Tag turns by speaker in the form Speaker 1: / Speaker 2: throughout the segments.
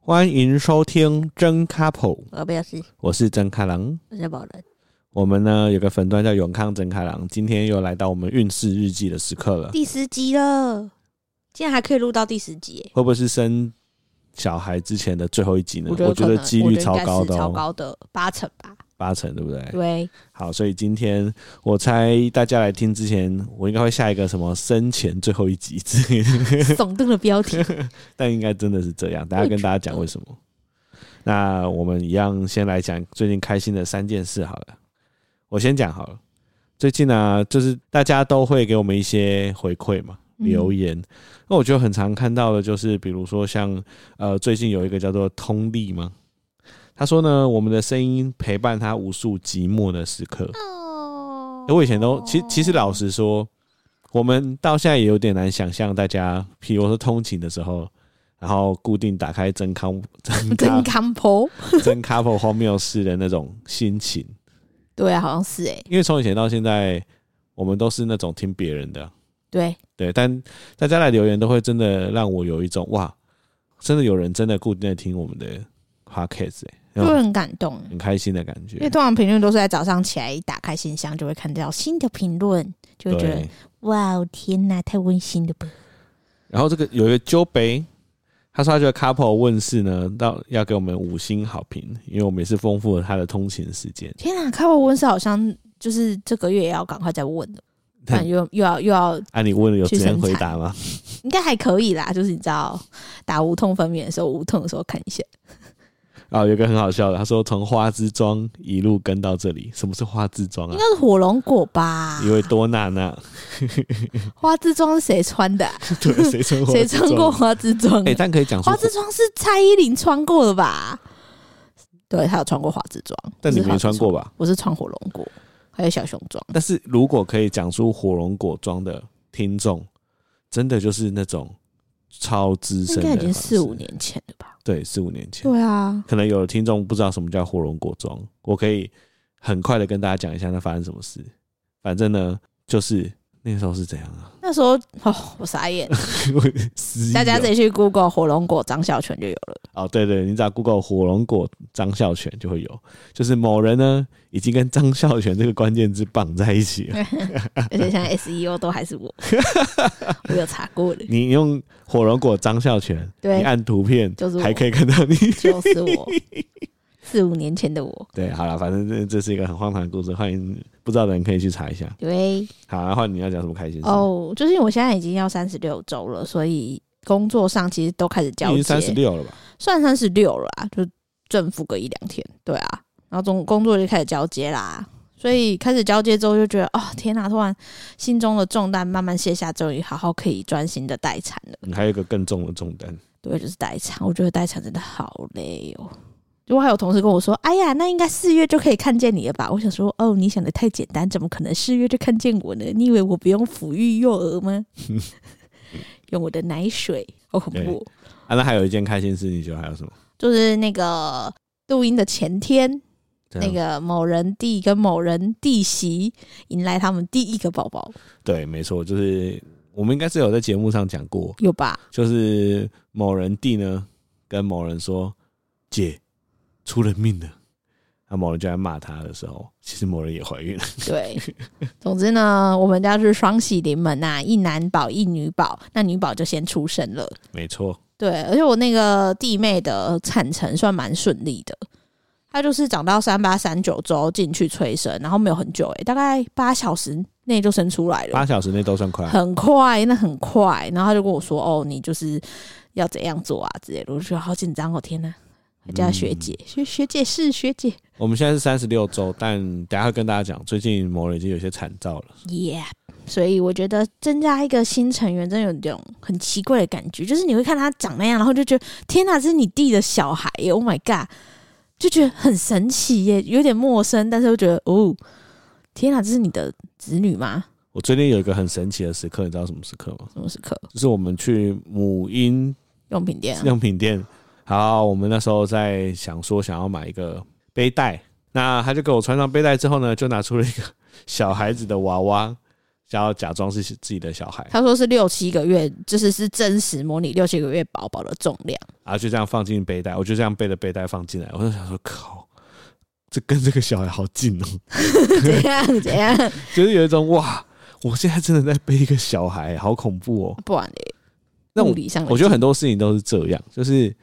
Speaker 1: 欢迎收听真 couple，
Speaker 2: 我不要是，
Speaker 1: 我是真开郎。
Speaker 2: 我是宝人。
Speaker 1: 我们呢有个粉端叫永康真开郎，今天又来到我们运势日记的时刻了。
Speaker 2: 第十集了，竟然还可以录到第十集耶，
Speaker 1: 会不会是生小孩之前的最后一集呢？我觉
Speaker 2: 可
Speaker 1: 得
Speaker 2: 能
Speaker 1: 几率超高
Speaker 2: 我觉得应该
Speaker 1: 的、
Speaker 2: 是超
Speaker 1: 哦，
Speaker 2: 高的八成吧。
Speaker 1: 八成对不对？
Speaker 2: 对，
Speaker 1: 好，所以今天我猜大家来听之前，我应该会下一个什么生前最后一集之类的，
Speaker 2: 耸动的 标题，
Speaker 1: 哎但应该真的是这样。等下跟大家讲为什么。那我们一样先来讲最近开心的三件事好了。我先讲好了。最近呢、就是大家都会给我们一些回馈嘛，
Speaker 2: 嗯
Speaker 1: 留言。那我觉得很常看到的就是，比如说像呃，最近有一个叫做通力嘛，他说呢，我们的声音陪伴他无数寂寞的时刻。
Speaker 2: 哦
Speaker 1: 我以前都，其其实老实说，我们到现在也有点难想象，大家，譬如说通勤的时候，然后固定打开真康真
Speaker 2: 真
Speaker 1: 康
Speaker 2: 康婆，
Speaker 1: 真 couple 荒谬事的那种心情，
Speaker 2: 对啊，好像是哎，
Speaker 1: 因为从以前到现在，我们都是那种听别人的，
Speaker 2: 对，
Speaker 1: 对，但大家来留言都会真的让我有一种哇，真的有人真的固定在听我们的 podcast，、欸、
Speaker 2: 就
Speaker 1: 然后
Speaker 2: 会很感动。
Speaker 1: 很开心的感
Speaker 2: 因为
Speaker 1: 觉。
Speaker 2: 通常评论都是在早上起来一打开信箱就会看到新的评论，就会觉
Speaker 1: 对
Speaker 2: 得，哇哦天哪，太温馨了吧！
Speaker 1: 然后这个有一个纠北，他说他觉得 Couple 问世呢，到要给我们五星好评，因为我们也是丰富了他的通勤时间。
Speaker 2: 天哪，开我温室好像就是这个月也要赶快再问了，不然又又要又要
Speaker 1: 啊，你问了有
Speaker 2: 去
Speaker 1: 直接
Speaker 2: 生
Speaker 1: 回
Speaker 2: 产
Speaker 1: 答吗？
Speaker 2: 应该还可以啦，就是你知道打无痛分娩的时候，无痛的时候看一下，
Speaker 1: 啊，有一个很好笑的，他说从花之庄一路跟到这里，什么是花之庄啊
Speaker 2: 应该？是火龙果吧？
Speaker 1: 一位多娜 娜，
Speaker 2: 花枝妆是谁穿 的啊、
Speaker 1: 对，谁穿花
Speaker 2: 谁
Speaker 1: 之
Speaker 2: 穿
Speaker 1: 庄
Speaker 2: 过？花枝妆
Speaker 1: 哎、？但可以讲说
Speaker 2: 花，枝妆是蔡依林穿过的吧？对，她有穿过花枝妆，
Speaker 1: 但你
Speaker 2: 不是花
Speaker 1: 没
Speaker 2: 枝
Speaker 1: 穿
Speaker 2: 妆
Speaker 1: 过，吧？
Speaker 2: 我是穿火龙果，还有小熊装。
Speaker 1: 但是如果可以讲出火龙果庄的听众，真的就是那种超资深
Speaker 2: 应
Speaker 1: 的，
Speaker 2: 该已经四五，年前了吧？
Speaker 1: 对，四五年前，
Speaker 2: 对啊，
Speaker 1: 可能有的听众不知道什么叫火龙果庄，我可以很快的跟大家讲一下那发生什么事。反正呢，就是那个时候是怎样啊？
Speaker 2: 那时候哦，我傻眼，
Speaker 1: 失忆哦
Speaker 2: 大家自己去 Google 火龙果张小泉就有 了。
Speaker 1: 哦，对对，你只要 Google 火龙果张孝全就会有，就是某人呢已经跟张孝全这个关键字绑在一起了。
Speaker 2: 而且现在 SEO 都还是我， 我有查过的，
Speaker 1: 你用火龙果张孝全，
Speaker 2: 对
Speaker 1: 你按图片
Speaker 2: 就是我
Speaker 1: 还可以看到你。
Speaker 2: 就是我，四五年前的我。
Speaker 1: 对，好了，反正这这是一个很荒唐的故事，欢迎不知道的人可以去查一下。
Speaker 2: 对，
Speaker 1: 好，然后你要讲什么开心事？
Speaker 2: 哦，就是因为我现在已经要三十六周了，所以工作上其实都开始
Speaker 1: 你已
Speaker 2: 交接，
Speaker 1: 经三十六了吧？
Speaker 2: 算三十六了啦，就正负个一两天，对啊，然后总工作就开始交接啦，所以开始交接之后就觉得，哦天哪、突然心中的重担慢慢卸下，终于好好可以专心的待产了。
Speaker 1: 你还有一个更重的重担，
Speaker 2: 对，就是待产，我觉得待产真的好累哦。如果还有同事跟我说：“哎呀，那应该四月就可以看见你了吧？”我想说：“哦，你想的太简单，怎么可能四月就看见我呢？你以为我不用抚育幼儿吗？ 用我的奶水，好恐
Speaker 1: 对
Speaker 2: 怖哦！
Speaker 1: 啊，那还有一件开心事，你觉得还有什么？
Speaker 2: 就是那个录音的前天，
Speaker 1: 嗯
Speaker 2: 那个某人弟跟某人弟媳迎来他们第一个宝宝，
Speaker 1: 对，没错，就是我们应该是有在节目上讲过，
Speaker 2: 有吧？
Speaker 1: 就是某人弟呢跟某人说：“姐，出人命了。”那某人就在骂他的时候，其实某人也怀孕了。
Speaker 2: 对，总之呢，我们家是双喜临门呐、一男宝一女宝，那女宝就先出生了。
Speaker 1: 没错，
Speaker 2: 对，而且我那个弟妹的产程算蛮顺利的，她就是长到三八三九周进去催生，然后没有很久、欸，大概八小时内就生出来了
Speaker 1: 八，小时啊内都算快。
Speaker 2: 很快，那很快。然后她就跟我说：“哦，你就是要怎样做啊之类的。”我就觉得好紧张哦，天哪！还叫她
Speaker 1: 嗯
Speaker 2: 学姐，学学姐是学姐
Speaker 1: 我们现在是三十六周，但等一下会跟大家讲，最近某人已经有些惨兆了。
Speaker 2: ，Yeah。所以我觉得增加一个新成员，真的有一种很奇怪的感觉，就是你会看他长那样，然后就觉得天哪，这是你弟的小孩耶！Oh my god，就觉得很神奇耶，有点陌生，但是又觉得哦，天哪，这是你的子女吗？
Speaker 1: 我最近有一个很神奇的时刻，你知道什么时刻吗？
Speaker 2: 什么时刻？
Speaker 1: 就是我们去母婴
Speaker 2: 用品店啊、
Speaker 1: 用品店。好，我们那时候在想说想要买一个背带，那他就给我穿上背带之后呢，就拿出了一个小孩子的娃娃，要假装是自己的小孩，
Speaker 2: 他说是六七个月，就是是真实模拟六七个月宝宝的重 量。
Speaker 1: 然后就这样放进背带，我就这样背着背带放进来，我就想说靠，这跟这个小孩好近哦、
Speaker 2: 怎样啊怎样？
Speaker 1: 就是有一种哇，我现在真的在背一个小孩，好恐怖哦、
Speaker 2: 不然嘞，
Speaker 1: 那
Speaker 2: 物
Speaker 1: 我
Speaker 2: 理上的
Speaker 1: 我觉得
Speaker 2: 进
Speaker 1: 很多事情都是这样，就是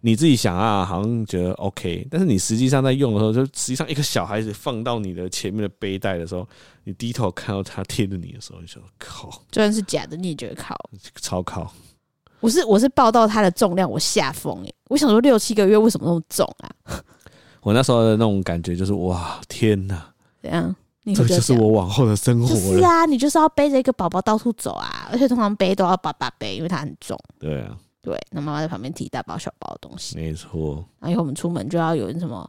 Speaker 1: 你自己想啊，好像觉得 OK，但是你实际上在用的时候，就实际上一个小孩子放到你的前面的背带的时候，你低头看到他贴着你的时候，你就说靠，
Speaker 2: 就算是假的，你也觉得靠。
Speaker 1: 超靠，
Speaker 2: 我是我是报到它的重量，我吓疯哎！我想说六七个月为什么那么重啊？
Speaker 1: 我那时候的那种感觉就是哇，天哪，
Speaker 2: 怎样？你
Speaker 1: 这
Speaker 2: 会觉
Speaker 1: 就
Speaker 2: 得
Speaker 1: 是我往后的生
Speaker 2: 这
Speaker 1: 活
Speaker 2: 样
Speaker 1: 了，
Speaker 2: 就是啊，你就是要背着一个宝宝到处走啊，而且通常背都要爸爸背，因为它很重。
Speaker 1: 对啊，
Speaker 2: 对，那妈妈在旁边提大包小包的东西，
Speaker 1: 没错，
Speaker 2: 然后以后我们出门就要有什么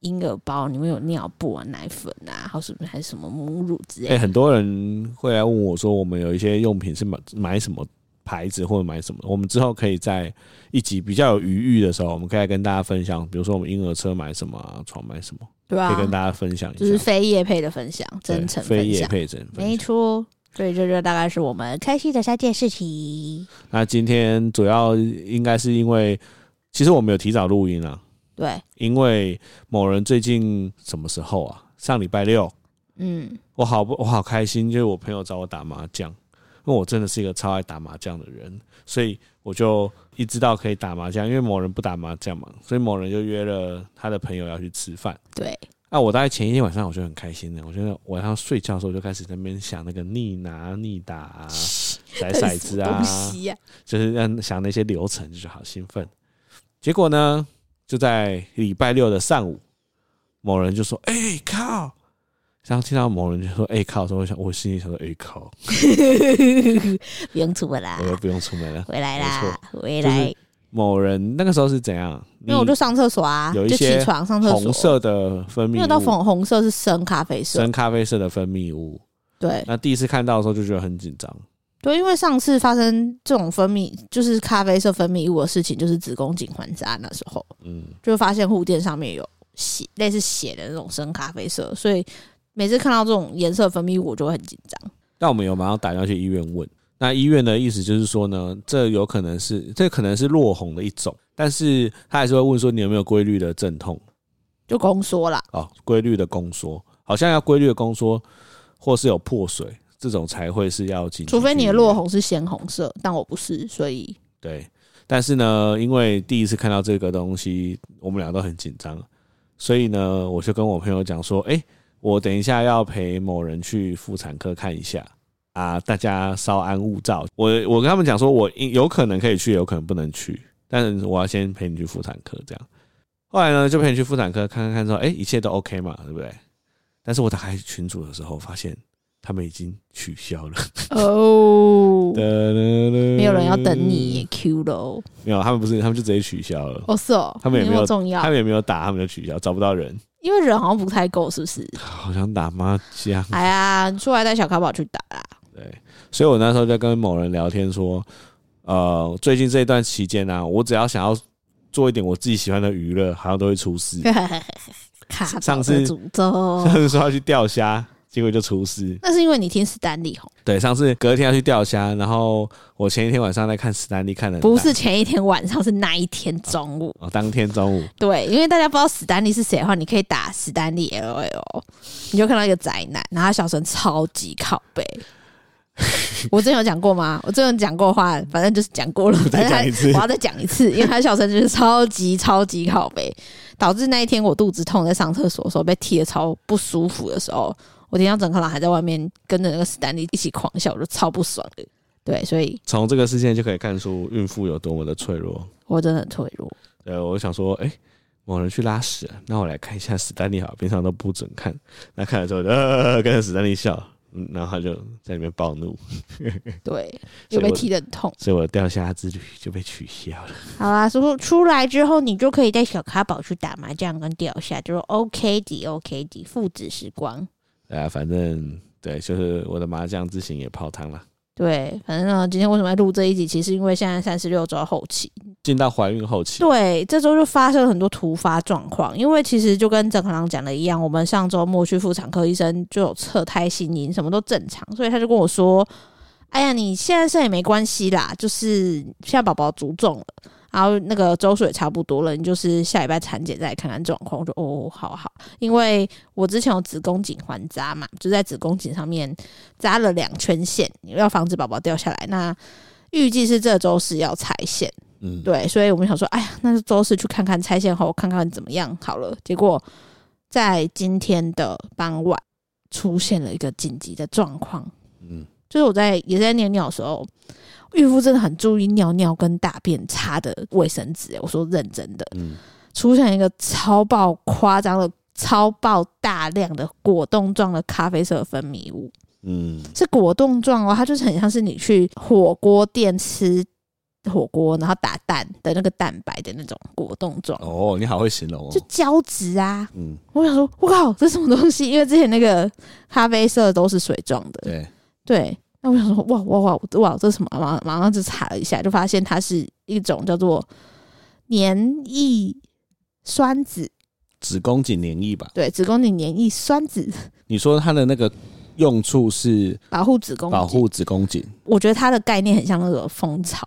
Speaker 2: 婴儿包，里面有尿布啊、奶粉啊，还有什么还是什么母乳之类
Speaker 1: 哎、
Speaker 2: 的。
Speaker 1: 很多人会来问我说，我们有一些用品是买买什么牌子或者买什么？我们之后可以在一集比较有余裕的时候，我们可以来跟大家分享，比如说我们婴儿车买什么啊，床买什么，
Speaker 2: 对啊
Speaker 1: 可以，跟大家分享一下。
Speaker 2: 就是非业配的分享，
Speaker 1: 对
Speaker 2: 真诚
Speaker 1: 非
Speaker 2: 分
Speaker 1: 业
Speaker 2: 享，
Speaker 1: 配真分
Speaker 2: 没
Speaker 1: 享。
Speaker 2: 错。所以这就大概是我们开心的三件事情。
Speaker 1: 那今天主要应该是因为，其实我们有提早录音啊，
Speaker 2: 对，
Speaker 1: 因为某人最近什么时候啊？上礼拜六，
Speaker 2: 嗯，
Speaker 1: 我好不我好开心，就是我朋友找我打麻将，因为我真的是一个超爱打麻将的人，所以我就一知道可以打麻将，因为某人不打麻将嘛，所以某人就约了他的朋友要去吃饭。
Speaker 2: 对，
Speaker 1: 那、我大概前一天晚上我就很开心的，我觉得晚上睡觉的时候我就开始在那边想那个逆拿逆打、 啊、甩骰子啊，
Speaker 2: 东西呀、
Speaker 1: 就是让想那些流程，就是好兴奋。结果呢，就在礼拜六的上午，某人就说：“哎、靠！”然后听到某人就说：“哎、靠！”的时候，我想我心里想说：“哎、靠！”
Speaker 2: 不用出门啦
Speaker 1: 我，又不用出门 了。
Speaker 2: 回来啦，回
Speaker 1: 就
Speaker 2: 来。
Speaker 1: 是某人那个时候是怎样？
Speaker 2: 因为我就上厕所啊，
Speaker 1: 有一
Speaker 2: 就
Speaker 1: 些
Speaker 2: 起床上
Speaker 1: 你
Speaker 2: 厕所，
Speaker 1: 红色的分
Speaker 2: 没
Speaker 1: 泌
Speaker 2: 有到
Speaker 1: 物，
Speaker 2: 粉红色是深咖啡色，
Speaker 1: 深咖啡色的分泌物。
Speaker 2: 对
Speaker 1: 那第一次看到的时候就觉得很紧张，
Speaker 2: 对，因为上次发生这种分泌就是咖啡色分泌物的事情，就是子宫颈环扎那时候，
Speaker 1: 嗯，
Speaker 2: 就发现护垫上面有血，类似血的那种深咖啡色，所以每次看到这种颜色分泌物，我就会很紧张。
Speaker 1: 但我们有马上打电话去医院问。那医院的意思就是说呢，这有可能是这可能是落红的一种，但是他还是会问说你有没有规律的阵痛
Speaker 2: 就宫缩啦，
Speaker 1: 啊、哦规律的宫缩，好像要规律的宫缩，或是有破水这种才会是要紧急去医
Speaker 2: 除
Speaker 1: 院。
Speaker 2: 非你的落红是鲜红色，但我不是，所以
Speaker 1: 对，但是呢，因为第一次看到这个东西，我们俩都很紧张，所以呢，我就跟我朋友讲说，哎、我等一下要陪某人去妇产科看一下啊，大家稍安勿躁。我我跟他们讲说，我有可能可以去，有可能不能去，但是我要先陪你去妇产科这样。后来呢，就陪你去妇产科看看看，说，哎、一切都 OK 嘛，对不对？但是我打开群组的时候，发现他们已经取消了，
Speaker 2: 哦，
Speaker 1: 没
Speaker 2: 没有人要等
Speaker 1: 嗯
Speaker 2: 你 Q 喽。
Speaker 1: 没有，他们不是，他们就直接取消了。
Speaker 2: 哦，是哦，
Speaker 1: 他们也
Speaker 2: 你
Speaker 1: 没有
Speaker 2: 那么重要
Speaker 1: 他，们也没有打，他们就取消，找不到人。
Speaker 2: 因为人好像不太够，是不是？
Speaker 1: 好想打麻将，
Speaker 2: 哎呀，你出来带小卡宝去打啦。
Speaker 1: 对，所以我那时候就跟某人聊天说，呃，最近这一段期间呢、啊我只要想要做一点我自己喜欢的娱乐，好像都会出 事。
Speaker 2: 卡宝的
Speaker 1: 嗯上次
Speaker 2: 诅 咒
Speaker 1: 上，次说要去钓虾，结果就出事。
Speaker 2: 那是因为你听史丹利红，
Speaker 1: 对，上次隔天要去钓虾，然后我前一天晚上在看史丹利看的，
Speaker 2: 不是前一天晚上，是那一天中午。
Speaker 1: 哦，当天中午，
Speaker 2: 对，因为大家不知道史丹利是谁的话，你可以打史丹利 L O L，你就看到一个宅男，然后他笑声超级靠 背。我之前有讲过吗？我之前有讲过的话，反正就是讲过了。
Speaker 1: 再
Speaker 2: 反正他
Speaker 1: 讲一次
Speaker 2: 我要再讲一次，因为他笑声就是超级超级靠背，导致那一天我肚子痛，在上厕所的时候被踢的超不舒服的时候，我听到整个人还在外面跟着那个史丹利一起狂笑，我就超不爽的。对，所以
Speaker 1: 从这个事件就可以看出孕妇有多么的脆弱。
Speaker 2: 我真的很脆弱。
Speaker 1: 对，我想说，哎、某人去拉屎了，那我来看一下史丹利好了，平常都不准看。那看了之后，呃，跟着史丹利笑，嗯，然后他就在里面暴怒，
Speaker 2: 对，
Speaker 1: 所以
Speaker 2: 又被
Speaker 1: 我
Speaker 2: 踢得很痛。
Speaker 1: 所以我的钓虾之旅就被取消了。
Speaker 2: 好啦，说出来之后，你就可以带小卡宝去打麻将跟钓虾，就说 OK 的 OK 的父子时光。
Speaker 1: 对啊，反正对，就是我的麻将之行也泡汤了。
Speaker 2: 对，反正呢，今天为什么要录这一集？其实因为现在三十六周后期，
Speaker 1: 进到怀孕后期，
Speaker 2: 对，这周就发生了很多突发状况，因为其实就跟郑可郎讲的一样，我们上周末去妇产科，医生就有测胎心音，什么都正常，所以他就跟我说：“哎呀，你现在生也没关系啦，就是现在宝宝足重了，然后那个周数也差不多了，你就是下礼拜产检再来看看状况。”我就哦，好好，因为我之前有子宫颈环扎嘛，就在子宫颈上面扎了两圈线，要防止宝宝掉下来。那预计是这周是要拆线。
Speaker 1: 嗯，
Speaker 2: 对，所以我们想说，哎呀，那就周四去看看拆线后看看怎么样好了。结果在今天的傍晚出现了一个紧急的状况，
Speaker 1: 嗯，
Speaker 2: 就是我在也在尿尿的时候，孕妇真的很注意尿尿跟大便擦的卫生纸。我说认真的，
Speaker 1: 嗯，
Speaker 2: 出现一个超爆夸张的、超爆大量的果冻状的咖啡色分泌物。
Speaker 1: 嗯，
Speaker 2: 是果冻状哦，它就是很像是你去火锅店吃火锅，然后打蛋的那个蛋白的那种果冻状，
Speaker 1: 哦，你好会形容
Speaker 2: 就
Speaker 1: 哦，
Speaker 2: 胶质啊。
Speaker 1: 嗯，
Speaker 2: 我想说，我靠，这是什么东西？因为之前那个咖啡色都是水状的，
Speaker 1: 对，
Speaker 2: 对。那我想说，哇哇哇哇，这是什么？马马上就查了一下，就发现它是一种叫做黏液酸酯，
Speaker 1: 子宫颈黏液吧？
Speaker 2: 对，子宫颈黏液酸酯
Speaker 1: 你说它的那个用处是
Speaker 2: 保护子宫
Speaker 1: 保
Speaker 2: 颈
Speaker 1: 护子宫颈，
Speaker 2: 我觉得它的概念很像那个蜂巢，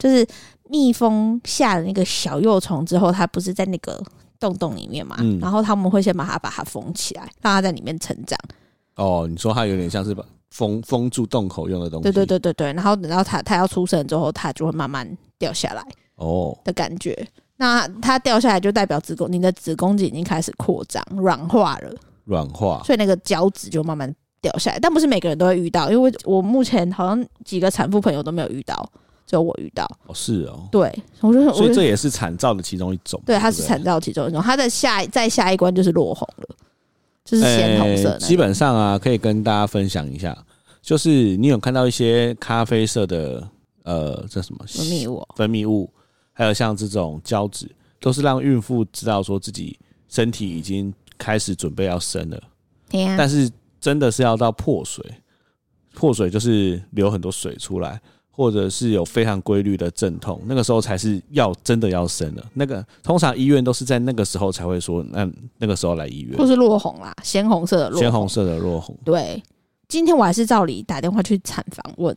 Speaker 2: 就是蜜蜂下了那个小幼虫之后，它不是在那个洞洞里面嘛，
Speaker 1: 嗯
Speaker 2: 然后他们会先把它把它封起来，让它在里面成长。
Speaker 1: 哦，你说它有点像是把封封住洞口用的东西，
Speaker 2: 对对，对对对，然后等到它它要出生之后，它就会慢慢掉下来
Speaker 1: 哦，
Speaker 2: 的感觉。那它掉下来就代表子宫，你的子宫颈已经开始扩张、软化了，
Speaker 1: 软化，
Speaker 2: 所以那个胶质就慢慢掉下来。但不是每个人都会遇到，因为我我目前好像几个产妇朋友都没有遇到，只有我遇到。
Speaker 1: 哦，是哦，
Speaker 2: 对，我就我
Speaker 1: 所
Speaker 2: 就
Speaker 1: 以这也是产兆的其中一种，
Speaker 2: 对，
Speaker 1: 不
Speaker 2: 它是产道其中一种，它的下再下一关就是落红了，就是鲜红色的那
Speaker 1: 呃
Speaker 2: 种、
Speaker 1: 基本上啊，可以跟大家分享一下，就是你有看到一些咖啡色的呃，这什么
Speaker 2: 分泌物哦，
Speaker 1: 分泌物，还有像这种胶质，都是让孕妇知道说自己身体已经开始准备要生了，
Speaker 2: 天啊
Speaker 1: 但是真的是要到破水，破水就是流很多水出来。或者是有非常规律的阵痛，那个时候才是要真的要生了。那个通常医院都是在那个时候才会说，那那个时候来医院
Speaker 2: 或。是落红啦，鲜红色的落
Speaker 1: 鲜红。色的落红，
Speaker 2: 对，今天我还是照理打电话去产房问，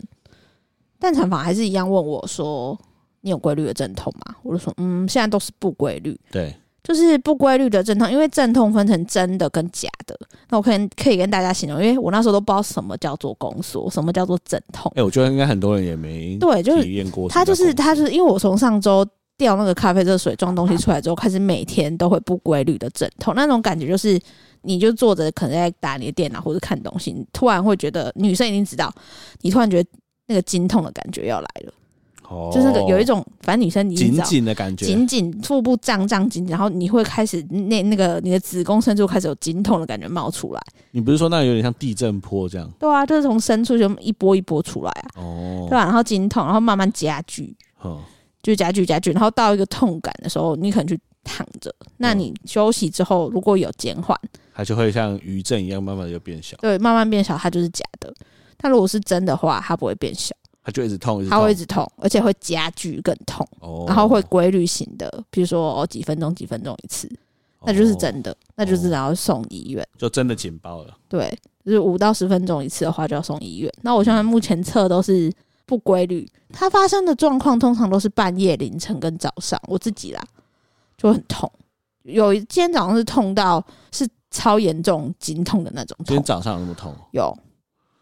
Speaker 2: 但产房还是一样问我说：“你有规律的阵痛吗？”我就说：“嗯，现在都是不规律。”
Speaker 1: 对，
Speaker 2: 就是不规律的阵痛，因为阵痛分成真的跟假的。那我可以可以跟大家形容，因为我那时候都不知道什么叫做宫缩，什么叫做阵痛
Speaker 1: 哎、。我觉得应该很多人也没
Speaker 2: 对，就是
Speaker 1: 体验过什
Speaker 2: 他
Speaker 1: 么叫
Speaker 2: 就
Speaker 1: 恐惧。
Speaker 2: 是他就是因为我从上周掉那个咖啡色水状
Speaker 1: 啊
Speaker 2: 东西出来之后，开始每天都会不规律的阵痛，那种感觉就是你就坐着可能在打你的电脑或者看东西，你突然会觉得女生已经知道，你突然觉得那个经痛的感觉要来了，
Speaker 1: 哦
Speaker 2: 就是那个有一种反正女生你已经知
Speaker 1: 紧
Speaker 2: 道。
Speaker 1: 紧的感觉，
Speaker 2: 紧紧腹部胀胀紧紧，然后你会开始那那个你的子宫深处开始有经痛的感觉冒出来，
Speaker 1: 你不是说那有点像地震波这样？
Speaker 2: 对啊，就是从深处就一波一波出来啊，
Speaker 1: 哦
Speaker 2: 对，吧、然后经痛，然后慢慢加剧，
Speaker 1: 嗯
Speaker 2: 就加剧加剧，然后到一个痛感的时候，你可能去躺着。那
Speaker 1: 嗯
Speaker 2: 你休息之后，如果有减缓，
Speaker 1: 它就会像余震一样，慢慢的就变小，
Speaker 2: 对，慢慢变小，它就是假的。但如果是真的话，它不会变小，
Speaker 1: 它就一直痛，一直
Speaker 2: 它
Speaker 1: 痛，
Speaker 2: 会一直痛，而且会加剧更痛，
Speaker 1: 哦，
Speaker 2: 然后会规律型的，比如说哦几分钟几分钟一次，那就是
Speaker 1: 哦，
Speaker 2: 真的，那就是然后送医院。
Speaker 1: 就真的紧包了。
Speaker 2: 对，就是五到十分钟一次的话就要送医院。那我现在目前测都是不规律，它发生的状况通常都是半夜、凌晨跟早上。我自己啦就很痛，有一今天早上是痛到是超严重经痛的那种
Speaker 1: 今
Speaker 2: 痛
Speaker 1: 天，早上有那么痛？
Speaker 2: 有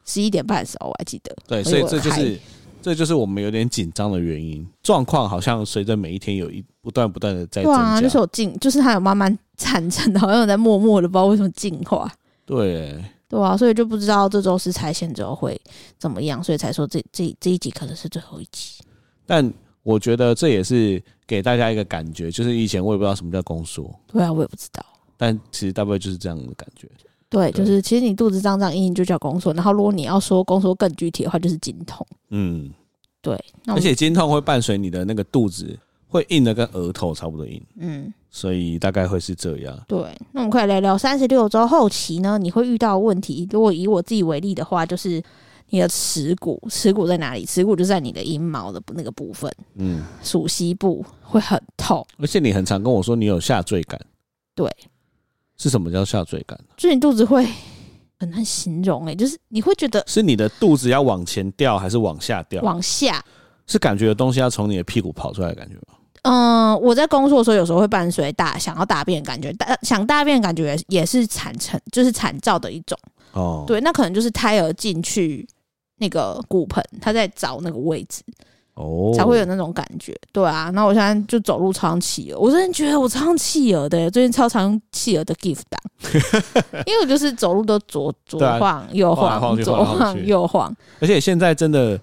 Speaker 2: 十一点半的时候我还记得，
Speaker 1: 对，
Speaker 2: 哎我
Speaker 1: 所以
Speaker 2: 有
Speaker 1: 这就
Speaker 2: 开
Speaker 1: 是这就是我们有点紧张的原因。状况好像随着每一天有一不断不断的在增
Speaker 2: 对啊，
Speaker 1: 加，
Speaker 2: 就是有进，就是它有慢慢产生的，好像有在默默的不知道为什么进化。
Speaker 1: 对，
Speaker 2: 对啊，所以就不知道这周是拆线之后会怎么样，所以才说这这这一集可能是最后一集。
Speaker 1: 但我觉得这也是给大家一个感觉，就是以前我也不知道什么叫宫缩，
Speaker 2: 对啊，我也不知道。
Speaker 1: 但其实大部分就是这样的感觉。
Speaker 2: 对，
Speaker 1: 对
Speaker 2: 就是其实你肚子胀胀硬硬就叫宫缩，然后如果你要说宫缩更具体的话，就是经痛。
Speaker 1: 嗯，
Speaker 2: 对，那我
Speaker 1: 而
Speaker 2: 们
Speaker 1: 且经痛会伴随你的那个肚子会硬的跟额头差不多硬，
Speaker 2: 嗯，
Speaker 1: 所以大概会是这样。
Speaker 2: 对，那我们快来聊聊三十六周后期呢，你会遇到的问题。如果以我自己为例的话，就是。你的耻骨，耻骨在哪里？耻骨就在你的阴毛的那个部分，
Speaker 1: 嗯，
Speaker 2: 属膝部会很痛，
Speaker 1: 而且你很常跟我说你有下坠感，
Speaker 2: 对，
Speaker 1: 是什么叫下坠感？
Speaker 2: 就是你肚子会很难形容诶、欸就是你会觉得
Speaker 1: 是你的肚子要往前掉还是往下掉？
Speaker 2: 往下。
Speaker 1: 是感觉有东西要从你的屁股跑出来的感觉吗？
Speaker 2: 嗯，我在工作的时候，有时候会伴随大想要大便的感觉，大想大便的感觉也是也是产成就是产兆的一种。
Speaker 1: 哦，
Speaker 2: 对，那可能就是胎儿进去那个骨盆，他在找那个位置，
Speaker 1: 哦，
Speaker 2: 才会有那种感觉。对啊，那我现在就走路超像企鹅，我真的觉得我超像企鹅的耶，最近超常用企鹅的 GIF 档， 因为我就是走路都左左
Speaker 1: 对啊
Speaker 2: 晃右
Speaker 1: 晃来
Speaker 2: 晃，
Speaker 1: 晃去
Speaker 2: 左
Speaker 1: 晃来晃去
Speaker 2: 晃右晃，
Speaker 1: 而且现在真的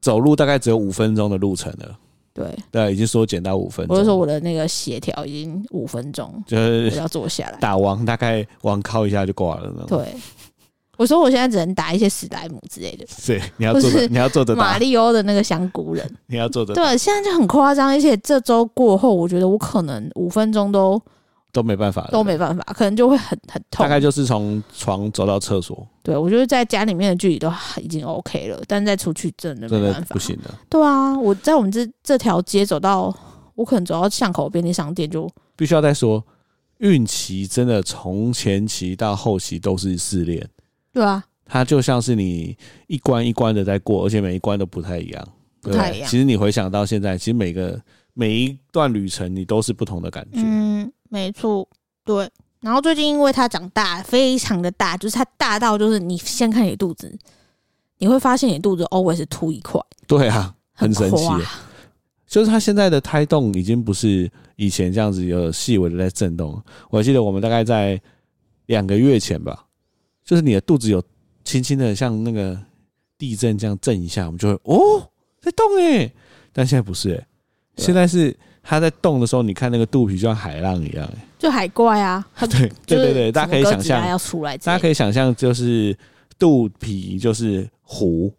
Speaker 1: 走路大概只有五分钟的路程了，
Speaker 2: 对。
Speaker 1: 对，已经缩减到五分钟。
Speaker 2: 我就说我的那个协调已经五分钟，
Speaker 1: 就
Speaker 2: 我
Speaker 1: 是
Speaker 2: 要坐下来。
Speaker 1: 打王，大概王靠一下就挂了那种。
Speaker 2: 对，我说我现在只能打一些史莱姆之类的，
Speaker 1: 对，你要坐
Speaker 2: 不
Speaker 1: 着，
Speaker 2: 是
Speaker 1: 你要坐着
Speaker 2: 马
Speaker 1: 打，
Speaker 2: 里欧的那个香菇人。
Speaker 1: 你要坐着打，
Speaker 2: 对，现在就很夸张，而且这周过后，我觉得我可能五分钟都
Speaker 1: 都没办法了，
Speaker 2: 都没办法，可能就会很很痛
Speaker 1: 呃大。概就是从床走到厕所，
Speaker 2: 对我觉得在家里面的距离都已经 OK 了，但再出去真的
Speaker 1: 真
Speaker 2: 没
Speaker 1: 的
Speaker 2: 办法
Speaker 1: 不。行了，
Speaker 2: 对啊，我在我们这这条街走到，我可能走到巷口便利商店就
Speaker 1: 必须要再说。孕期真的从前期到后期都是试炼，
Speaker 2: 对啊，
Speaker 1: 它就像是你一关一关的在过，而且每一关都不太一样，对对
Speaker 2: 不太一样
Speaker 1: 其实你回想到现在，其实每个每一段旅程你都是不同的感觉，
Speaker 2: 嗯，没错，对。然后最近因为它长大，非常的大，就是它大到就是你先看你的肚子，你会发现你的肚子 always 是凸一块，
Speaker 1: 对啊，很神奇
Speaker 2: 滑
Speaker 1: 耶。就是它现在的胎动已经不是以前这样子有细微的在震动了。我记得我们大概在两个月前吧，就是你的肚子有轻轻的像那个地震这样震一下，我们就会哦在动哎、但现在不是哎、
Speaker 2: 对
Speaker 1: 现在是它在动的时候，你看那个肚皮就像海浪一样、欸。
Speaker 2: 就海怪啊，很
Speaker 1: 对对对对，大家可以想象，
Speaker 2: 要出来，
Speaker 1: 大家可以想象，就是肚皮就是湖，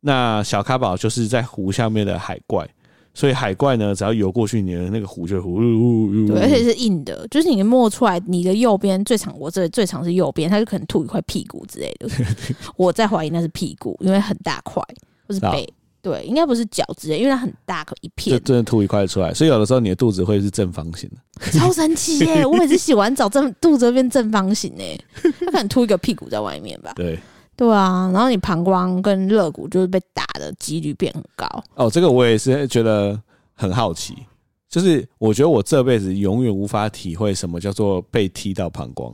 Speaker 1: 那小咖宝就是在湖下面的海怪，所以海怪呢，只要游过去，你的那个湖就呼噜噜噜噜
Speaker 2: 对，而且是硬的，就是你摸出来，你的右边最长，我这里最长是右边，它就可能吐一块屁股之类的。我在怀疑那是屁股，因为很大块，或是
Speaker 1: 啊
Speaker 2: 背，对，应该不是脚之类，因为它很大个一
Speaker 1: 就
Speaker 2: 片，
Speaker 1: 真的吐一块出来，所以有的时候你的肚子会是正方形的，
Speaker 2: 超神奇耶、我每次洗完澡，正肚子会变正方形诶、它可能凸一个屁股在外面吧。
Speaker 1: 对。
Speaker 2: 对啊，然后你膀胱跟肋骨就是被打的几率变很高。
Speaker 1: 哦，这个我也是觉得很好奇，就是我觉得我这辈子永远无法体会什么叫做被踢到膀胱。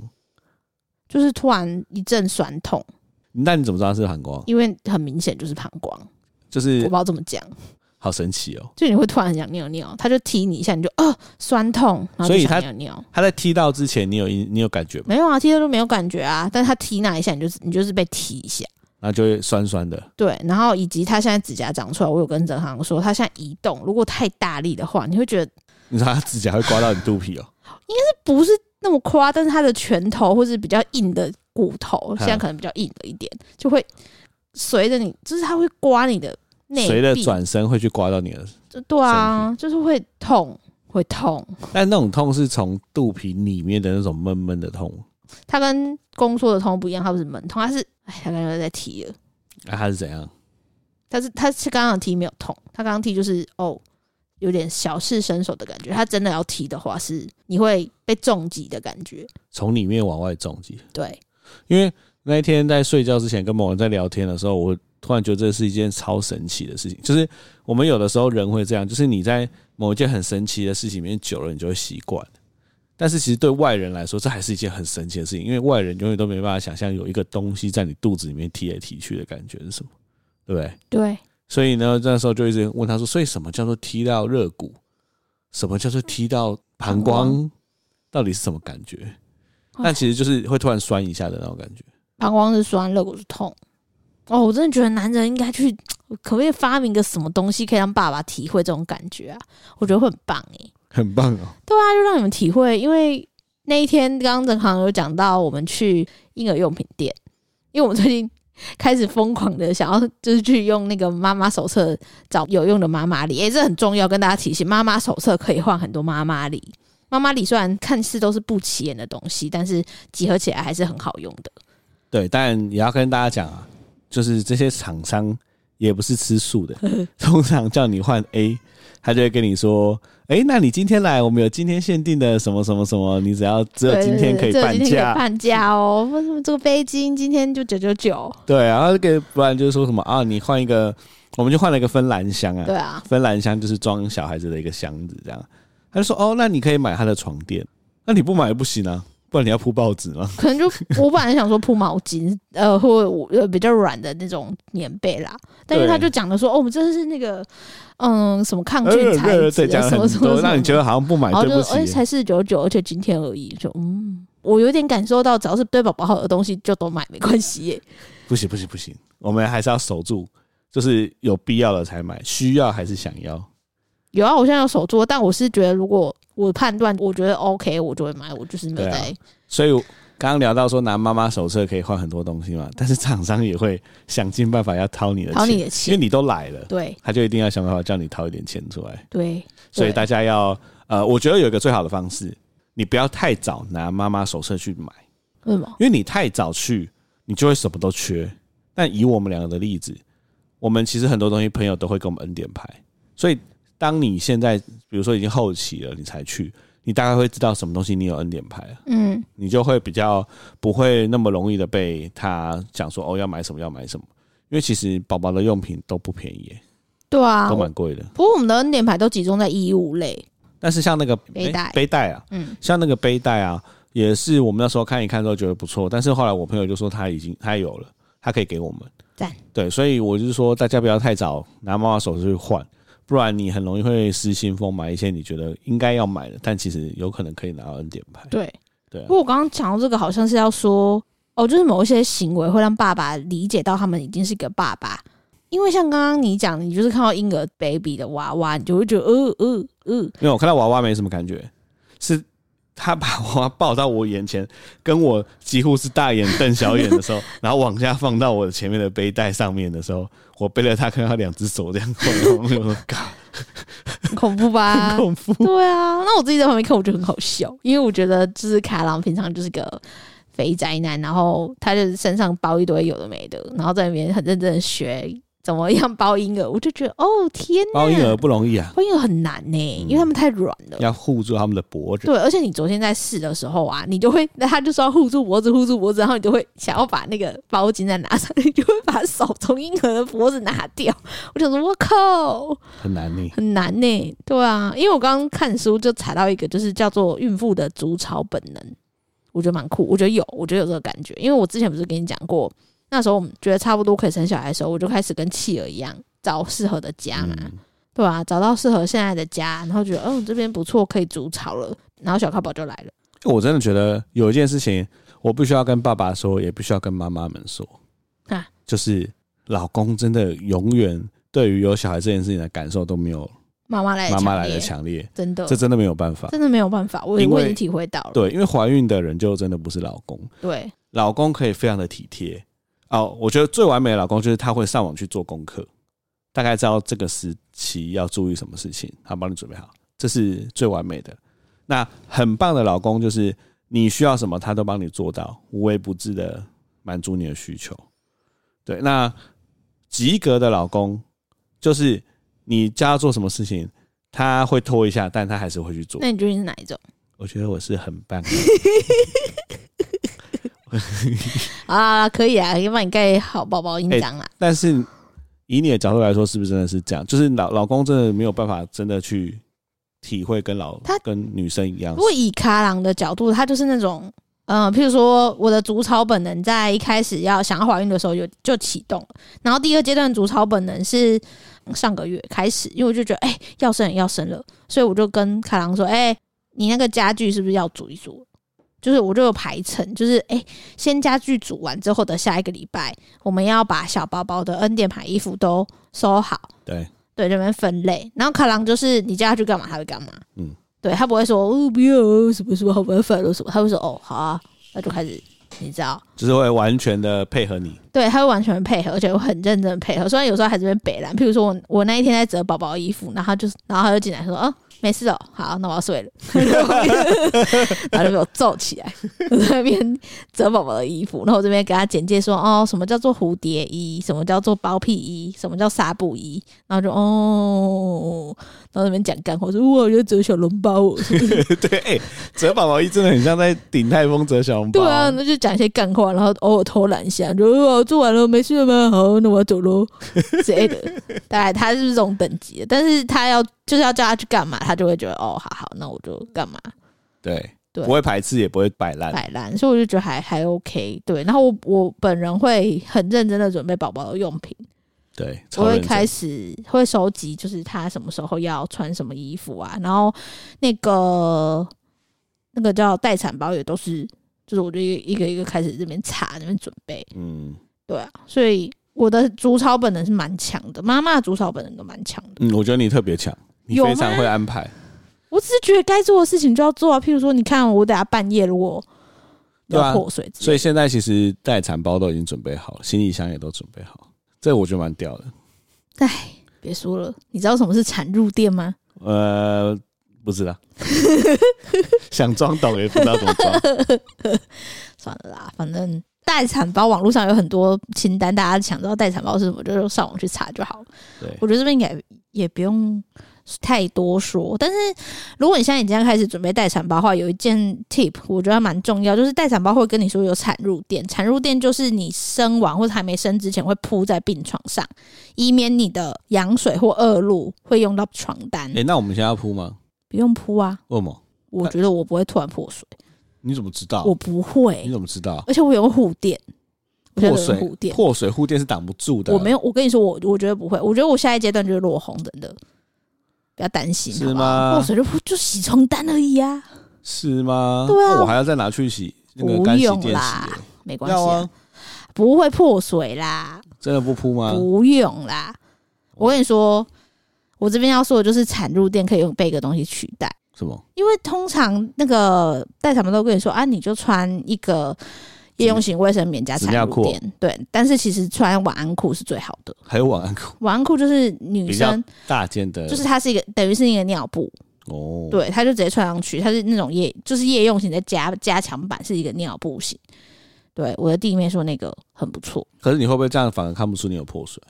Speaker 2: 就是突然一阵酸痛，
Speaker 1: 那你怎么知道是膀胱？
Speaker 2: 因为很明显就是膀胱，我
Speaker 1: 就
Speaker 2: 不
Speaker 1: 是
Speaker 2: 知道怎么讲。
Speaker 1: 好神奇哦！
Speaker 2: 就你会突然很想尿尿，他就踢你一下，你就呃酸痛，然后
Speaker 1: 所
Speaker 2: 就
Speaker 1: 以他
Speaker 2: 想尿尿。
Speaker 1: 他在踢到之前，你有印你有感觉吗？
Speaker 2: 没有啊，踢了就没有感觉啊，但是他踢那一下，你就是你就是被踢一下。
Speaker 1: 然后就会酸酸的。
Speaker 2: 对，然后以及他现在指甲长出来，我有跟郑航说，他现在移动如果太大力的话，你会觉得呃
Speaker 1: 你说他指甲会刮到你肚皮哦？
Speaker 2: 不是那么夸，但是他的拳头或是比较硬的骨头，
Speaker 1: 嗯
Speaker 2: 现在可能比较硬了一点，就会随着你，就是他会刮你的内
Speaker 1: 随着
Speaker 2: 壁，
Speaker 1: 转身会去刮到你的，
Speaker 2: 就对啊，就是会痛，会痛。
Speaker 1: 但那种痛是从肚皮里面的那种闷闷的痛。
Speaker 2: 它跟宫缩的痛不一样，它不是闷痛，它是哎，他刚刚在踢了。
Speaker 1: 啊，它是怎样？
Speaker 2: 但是他是刚刚踢没有痛，他刚刚踢就是哦，有点小试身手的感觉。他真的要踢的话，是你会被重击的感觉。
Speaker 1: 从里面往外撞击。
Speaker 2: 对，
Speaker 1: 因为那一天在睡觉之前跟某人在聊天的时候，我突然觉得这是一件超神奇的事情。就是我们有的时候人会这样，就是你在某一件很神奇的事情里面久了，你就会习惯。但是其实对外人来说，这还是一件很神奇的事情，因为外人永远都没办法想象有一个东西在你肚子里面踢来踢去的感觉是什么，对不对？
Speaker 2: 对，
Speaker 1: 所以呢，那时候就一直问他说：“所以什么叫做踢到肋骨？什么叫做踢到膀
Speaker 2: 膀
Speaker 1: 胱？到底是什么感觉？”但其实就是会突然酸一下的那种感觉。
Speaker 2: 膀胱是酸，肋骨是痛。哦，我真的觉得男人应该去，可不可以发明个什么东西，可以让爸爸体会这种感觉啊？我觉得会很棒欸诶、
Speaker 1: 很棒哦！
Speaker 2: 对啊，就让你们体会，因为那一天刚刚正航有讲到，我们去婴儿用品店，因为我们最近开始疯狂的想要就是去用那个妈妈手册找有用的妈妈礼，诶、这很重要，跟大家提醒，妈妈手册可以换很多妈妈礼。妈妈礼虽然看似都是不起眼的东西，但是集合起来还是很好用的。
Speaker 1: 对，但也要跟大家讲啊，就是这些厂商也不是吃素 的，通常叫你换 A，他就会跟你说，哎、那你今天来，我们有今天限定的什么什么什么，你只要只有
Speaker 2: 对
Speaker 1: 今
Speaker 2: 对
Speaker 1: 天
Speaker 2: 对
Speaker 1: 可以
Speaker 2: 只有
Speaker 1: 半
Speaker 2: 今天可以
Speaker 1: 价，
Speaker 2: 半价哦。为什么这个杯巾今天就九九九？
Speaker 1: 对，然后给不然就是说什么啊，你换一个，我们就换了一个芬兰箱啊，
Speaker 2: 对啊，
Speaker 1: 芬兰箱就是装小孩子的一个箱子，这样。他就说：“哦，那你可以买他的床垫，那你不买也不行啊，不然你要铺报纸吗？
Speaker 2: 可能就我本来想说铺毛巾， 呃，或呃比较软的那种棉被啦，但是
Speaker 1: 对呃
Speaker 2: 他就讲的说，哦，我们这是那个嗯什么抗
Speaker 1: 对
Speaker 2: 菌
Speaker 1: 对
Speaker 2: 材
Speaker 1: 对，
Speaker 2: 质
Speaker 1: 对讲
Speaker 2: 啊，
Speaker 1: 了
Speaker 2: 什么
Speaker 1: 很
Speaker 2: 什么
Speaker 1: 多，
Speaker 2: 什
Speaker 1: 让
Speaker 2: 么
Speaker 1: 你觉得好像不买
Speaker 2: 然后
Speaker 1: 对不
Speaker 2: 就哎、
Speaker 1: 起。
Speaker 2: 才四九九，而且今天而已，就嗯，我有点感受到，只要是对宝宝好的东西就都买，没关系耶。
Speaker 1: 不行不行不行，我们还是要守住，就是有必要了才买，需要还是想要。
Speaker 2: 有啊，我现在有手做，但我是觉得如果我判断我觉得 OK，我就会买，我就是没
Speaker 1: 对
Speaker 2: 有
Speaker 1: 啊
Speaker 2: 在。
Speaker 1: 所以我刚刚聊到说拿妈妈手册可以换很多东西嘛，但是厂商也会想尽办法要掏你的
Speaker 2: 掏
Speaker 1: 钱，
Speaker 2: 你的
Speaker 1: 因为
Speaker 2: 钱
Speaker 1: 你都来了，
Speaker 2: 对
Speaker 1: 他就一定要想办法叫你掏一点钱出来。
Speaker 2: 对，
Speaker 1: 所以
Speaker 2: 对
Speaker 1: 大家要呃，我觉得有一个最好的方式，你不要太早拿妈妈手册去买，
Speaker 2: 为什么？
Speaker 1: 因为你太早去，你就会什么都缺。但以我们两个的例子，我们其实很多东西朋友都会给我们恩典牌，所以当你现在比如说已经后期了，你才去，你大概会知道什么东西你有恩典牌了，
Speaker 2: 嗯，
Speaker 1: 你就会比较不会那么容易的被他讲说哦要买什么要买什么，因为其实宝宝的用品都不便宜耶，
Speaker 2: 对啊
Speaker 1: 都。蛮贵的。
Speaker 2: 不过我们的恩典牌都集中在衣物类，
Speaker 1: 但是像那个
Speaker 2: 背
Speaker 1: 诶
Speaker 2: 带
Speaker 1: 背带啊，
Speaker 2: 嗯，
Speaker 1: 像那个背带啊，也是我们那时候看一看之后觉得不错，但是后来我朋友就说他已经他有了，他可以给我们。
Speaker 2: 赞
Speaker 1: 对，所以我就是说大家不要太早拿妈妈手去换，不然你很容易会失心疯买一些你觉得应该要买的，但其实有可能可以拿到恩典牌。
Speaker 2: 对。
Speaker 1: 对啊
Speaker 2: 不，过我刚刚讲到这个，好像是要说哦，就是某一些行为会让爸爸理解到他们已经是个爸爸，因为像刚刚你讲，你就是看到婴儿 baby 的娃娃，你就会觉得呃呃呃，
Speaker 1: 因为我看到娃娃没什么感觉，是他把娃娃抱到我眼前，跟我几乎是大眼瞪小眼的 时候，然后往下放到我前面的背带上面的时候，我背着他看到他两只手这样晃来晃去，我说嘎，
Speaker 2: 很恐怖吧
Speaker 1: 很？恐怖。
Speaker 2: 对啊，那我自己在旁边看，我觉得很好笑，因为我觉得就是卡郎平常就是个肥宅男，然后他就是身上包一堆有的没的，然后在那边很认真的学怎么样包婴儿，我就觉得哦天呐，
Speaker 1: 包婴儿不容易啊，
Speaker 2: 包婴儿很难呢、因为他们太软了。
Speaker 1: 要护住他们的脖子。
Speaker 2: 对，而且你昨天在试的时候啊，你就会，那他就说要护住脖子，护住脖子，然后你就会想要把那个包巾再拿上，你就会把手从婴儿的脖子拿掉。 我想说，我靠，
Speaker 1: 很难欸呢。
Speaker 2: 很难呢、对啊，因为我刚刚看书就查到一个，就是叫做孕妇的筑巢本能，我觉得蛮酷，我觉得有，我觉得有这个感觉，因为我之前不是跟你讲过，那时候我们觉得差不多可以生小孩的时候，我就开始跟企鹅一样找适合的家嘛。
Speaker 1: 嗯，
Speaker 2: 对啊，找到适合现在的家，然后觉得哦这边不错，可以筑巢了，然后小咖宝就来了。
Speaker 1: 我真的觉得有一件事情，我必须要跟爸爸说，也必须要跟妈妈们说
Speaker 2: 啊，
Speaker 1: 就是老公真的永远对于有小孩这件事情的感受都没有
Speaker 2: 妈妈来，
Speaker 1: 妈妈来的，强烈，
Speaker 2: 真的
Speaker 1: 这，真的没有办法。
Speaker 2: 真的没有办法，我
Speaker 1: 因为
Speaker 2: 我已经体会到了。
Speaker 1: 对，因为怀孕的人就真的不是老公，
Speaker 2: 对
Speaker 1: 老公可以非常的体贴。哦，我觉得最完美的老公就是他会上网去做功课，大概知道这个时期要注意什么事情，他帮你准备好，这是最完美的。那很棒的老公就是你需要什么，他都帮你做到，无微不至的满足你的需求。对，那及格的老公就是你叫他做什么事情，他会拖一下，但他还是会去做。
Speaker 2: 那你究竟是哪一种
Speaker 1: 我觉得我是很棒的，
Speaker 2: 啊？可以啊，可以帮你盖好宝啊宝印
Speaker 1: 哎
Speaker 2: 章啦。
Speaker 1: 但是以你的角度来说，是不是真的是这样？就是老老公真的没有办法真的去体会跟老
Speaker 2: 他
Speaker 1: 跟女生一样
Speaker 2: 如，果以卡郎的角度，他就是那种，嗯、譬如说我的竹草本能在一开始要想要怀孕的时候就就启动了，然后第二阶段竹草本能是上个月开始，因为我就觉得哎、要生了要生了，所以我就跟卡郎说，哎、你那个家具是不是要煮一煮？就是我就有排程，就是哎、先家具煮完之后的下一个礼拜，我们要把小包包的恩典牌衣服都收好，
Speaker 1: 对，
Speaker 2: 对，这边分类。然后卡郎就是你叫他去干嘛，他会干嘛。
Speaker 1: 嗯
Speaker 2: 嗯，对他不会说哦不要什么什么好麻烦了什么，他会说哦好啊，那就开始，你知道，
Speaker 1: 就是会完全的配合你。
Speaker 2: 对，他会完全配合，而且我很认真的配合。虽然有时候还是会北蓝，譬如说我我那一天在折宝宝衣服，然后他就然后他就进来说：“哦，没事哦，好，那我要睡了。” 然后就被我 揍起来。我在那边折宝宝的衣服，然后我这边给他简介说：“哦，什么叫做蝴蝶衣？什么叫做包屁衣？什么叫纱布衣？”然后就哦，然后那边讲干货，说：“我要折小笼包哦。
Speaker 1: 对，哎、折宝宝衣真的很像在顶泰丰折小笼”包。
Speaker 2: 对啊，，那就讲一些干话，然后偶尔偷懒一下，就、哦、做完了没事了吗？好，那我要走喽之类的。 大概他是这种等级的，但是他要就是要叫他去干嘛，他就会觉得哦，好好，那我就干嘛。
Speaker 1: 对，
Speaker 2: 对
Speaker 1: 不会排斥，也不会摆烂。
Speaker 2: 摆烂，所以我就觉得还还 OK。对，然后我我本人会很认真的准备宝宝的用品，
Speaker 1: 对，
Speaker 2: 我
Speaker 1: 超
Speaker 2: 会
Speaker 1: 认真
Speaker 2: 开始会收集，就是他什么时候要穿什么衣服啊，然后那个那个叫待产包也都是，就是我就一个一个开始这边查那边准备，
Speaker 1: 嗯
Speaker 2: 对啊，所以我的竹草本能是蛮强的，妈妈的竹草本能都蛮强的。
Speaker 1: 嗯，我觉得你特别强，你
Speaker 2: 有
Speaker 1: 非常
Speaker 2: 吗
Speaker 1: 会安排。
Speaker 2: 我只是觉得该做的事情就要做啊，譬如说，你看我等下半夜如果
Speaker 1: 对啊
Speaker 2: 要破水之类的，
Speaker 1: 所以现在其实待产包都已经准备好了，行李箱也都准备好，这我觉得蛮屌的。
Speaker 2: 别说了，你知道什么是产褥垫吗？
Speaker 1: 呃，不知 道，想装懂也不知道怎么 装。
Speaker 2: 算了啦，反正待产包网络上有很多清单，大家想知道待产包是什么，就上网去查就好了。
Speaker 1: 对，
Speaker 2: 我觉得这边应该也不用太多说，但是如果你现在已经开始准备待产包的话，有一件 tip 我觉得蛮重要，就是待产包会跟你说有产褥垫，产褥垫就是你生完或者还没生之前会铺在病床上，以免你的羊水或恶露会用到床单
Speaker 1: 哎、。那我们现在要铺吗？
Speaker 2: 不用铺啊，
Speaker 1: 为什么？
Speaker 2: 我觉得我不会突然破水，
Speaker 1: 你怎么知道
Speaker 2: 我？不会
Speaker 1: 哦你，怎么知道？
Speaker 2: 而且我有个护垫，我现
Speaker 1: 破
Speaker 2: 在有个护
Speaker 1: 水
Speaker 2: 垫。
Speaker 1: 破水护垫是挡不住的，
Speaker 2: 我没有，我跟你说，我我觉得不会，我觉得我下一阶段就是落红，真的，不要担心，
Speaker 1: 是
Speaker 2: 好不
Speaker 1: 吗
Speaker 2: 好？落水就就洗床单而已啊，
Speaker 1: 是吗？
Speaker 2: 对啊
Speaker 1: 那我还要再拿去洗那个干洗
Speaker 2: 不
Speaker 1: 店
Speaker 2: 用
Speaker 1: 洗、
Speaker 2: 啦
Speaker 1: 欸，
Speaker 2: 没关系、
Speaker 1: 要啊，
Speaker 2: 不会破水啦，
Speaker 1: 真的不铺吗？
Speaker 2: 不用啦。我跟你说，我这边要说的就是产褥垫可以用被一个东西取代。
Speaker 1: 什么？
Speaker 2: 因为通常那个待产们都跟你说啊，你就穿一个夜用型卫生棉加
Speaker 1: 纸
Speaker 2: 产
Speaker 1: 尿
Speaker 2: 褥
Speaker 1: 裤
Speaker 2: 垫，对。但是其实穿晚安裤是最好的，
Speaker 1: 还有晚安裤，
Speaker 2: 晚安裤就是女
Speaker 1: 比较
Speaker 2: 生，
Speaker 1: 大件的，
Speaker 2: 就是它是一个等于是一个尿布，
Speaker 1: 哦，，
Speaker 2: 对，它就直接穿上去，它是那种夜就是夜用型的加加强版，是一个尿布型。对，我的弟妹说那个很不错，
Speaker 1: 可是你会不会这样反而看不出你有破水？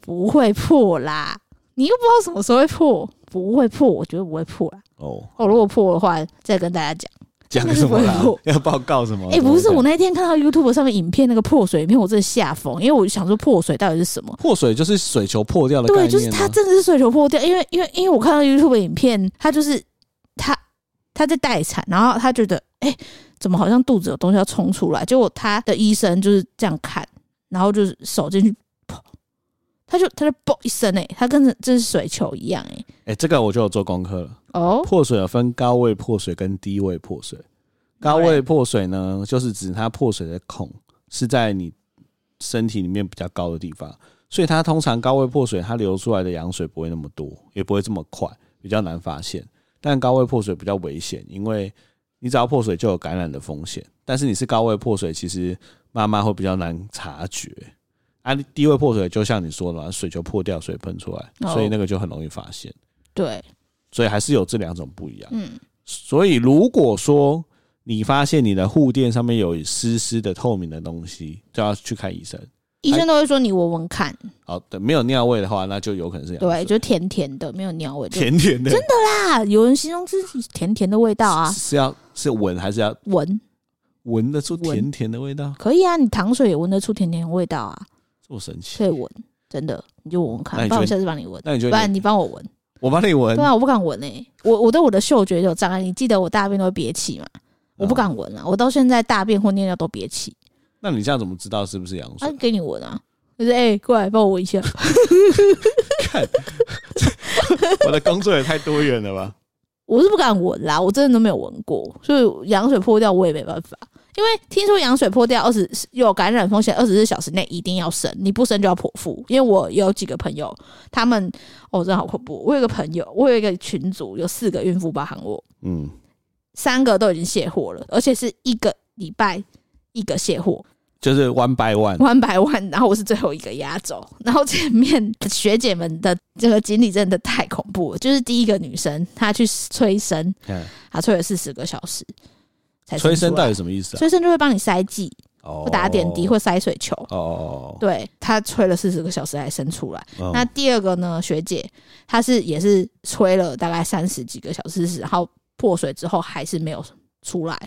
Speaker 2: 不会破啦，你又不知道什么时候会破，不会破，我觉得不会破啦。
Speaker 1: 哦，
Speaker 2: 哦，如果破的话，再跟大家讲。
Speaker 1: 讲什么啦
Speaker 2: 那是不会破？
Speaker 1: 要报告什哦么？
Speaker 2: 哎、不是，
Speaker 1: 对对
Speaker 2: 我那天看到 YouTube 上面影片那个破水影片，我真的吓疯，因为我想说破水到底是什么？
Speaker 1: 破水就是水球破掉的概念啊，
Speaker 2: 对，就是它真的是水球破掉，因为因为因为我看到 YouTube 影片，它就是它它在待产，然后他觉得哎、怎么好像肚子有东西要冲出来？结果他的医生就是这样看，然后就是手进去，砰，他就他就嘣一声哎、他跟着这是水球一样哎、
Speaker 1: 哎、这个我就有做功课了。
Speaker 2: 哦，
Speaker 1: 破水有分高位破水跟低位破水。高位破水呢，就是指它破水的孔是在你身体里面比较高的地方，所以它通常高位破水，它流出来的羊水不会那么多，也不会这么快，比较难发现。但高位破水比较危险，因为你只要破水就有感染的风险。但是你是高位破水，其实妈妈会比较难察觉。啊，低位破水就像你说的嘛，水球破掉，水喷出来，
Speaker 2: 哦
Speaker 1: 所以那个就很容易发现。
Speaker 2: 对，
Speaker 1: 所以还是有这两种不一样。
Speaker 2: 嗯，
Speaker 1: 所以如果说你发现你的护垫上面有湿湿的透明的东西，就要去看医生。
Speaker 2: 医生都会说你闻闻看，
Speaker 1: 好的，没有尿味的话，那就有可能是羊
Speaker 2: 对，
Speaker 1: 水。
Speaker 2: 就甜甜的，没有尿味，就
Speaker 1: 甜甜的，真的
Speaker 2: 啊，有人形容这是甜甜的味道啊，
Speaker 1: 是要是闻还是要
Speaker 2: 闻
Speaker 1: 闻得出
Speaker 2: 闻
Speaker 1: 甜甜的味道？
Speaker 2: 可以啊，你糖水也闻得出甜甜的味道啊，
Speaker 1: 这么神奇
Speaker 2: 可？以闻，真的，你就闻闻
Speaker 1: 那
Speaker 2: 看，
Speaker 1: 你
Speaker 2: 不然我
Speaker 1: 觉
Speaker 2: 下次帮你闻，
Speaker 1: 那你
Speaker 2: 不
Speaker 1: 就
Speaker 2: 然你帮我闻，
Speaker 1: 我帮你闻
Speaker 2: 对，啊，我不敢闻诶、我我对我的嗅觉有障碍，你记得我大便都会憋气嘛，
Speaker 1: 嗯
Speaker 2: 我不敢闻啊，我到现在大便或尿尿都憋气，
Speaker 1: 那你这样怎么知道是不是羊
Speaker 2: 啊
Speaker 1: 水？，
Speaker 2: 给你闻啊，就是哎、过来帮我闻一下，
Speaker 1: 看，我的工作也太多元了吧？
Speaker 2: 我是不敢闻啦，我真的都没有闻过，所以羊水破掉我也没办法，因为听说羊水破掉二十有感染风险，二十四小时内一定要生，你不生就要剖腹。因为我有几个朋友，他们哦真的好恐怖，我有一个朋友，我有一个群组，有四个孕妇包含我，
Speaker 1: 嗯，
Speaker 2: 三个都已经卸货了，而且是一个礼拜一个卸货，
Speaker 1: 就是 one by one，
Speaker 2: one by one，然后我是最后一个压轴，然后前面学姐们的这个经历真的太恐怖了，就是第一个女生她去催生，
Speaker 1: 嗯
Speaker 2: 她催了四十个小时才
Speaker 1: 催生
Speaker 2: 生出来
Speaker 1: 到底什么意思啊？
Speaker 2: 催生就会帮你塞剂
Speaker 1: 哦
Speaker 2: 或打点滴或塞水球，
Speaker 1: 哦哦哦
Speaker 2: 对她催了四十个小时才生出来。
Speaker 1: 哦，
Speaker 2: 那第二个呢，学姐她是也是催了大概三十几个小时，然后破水之后还是没有出来，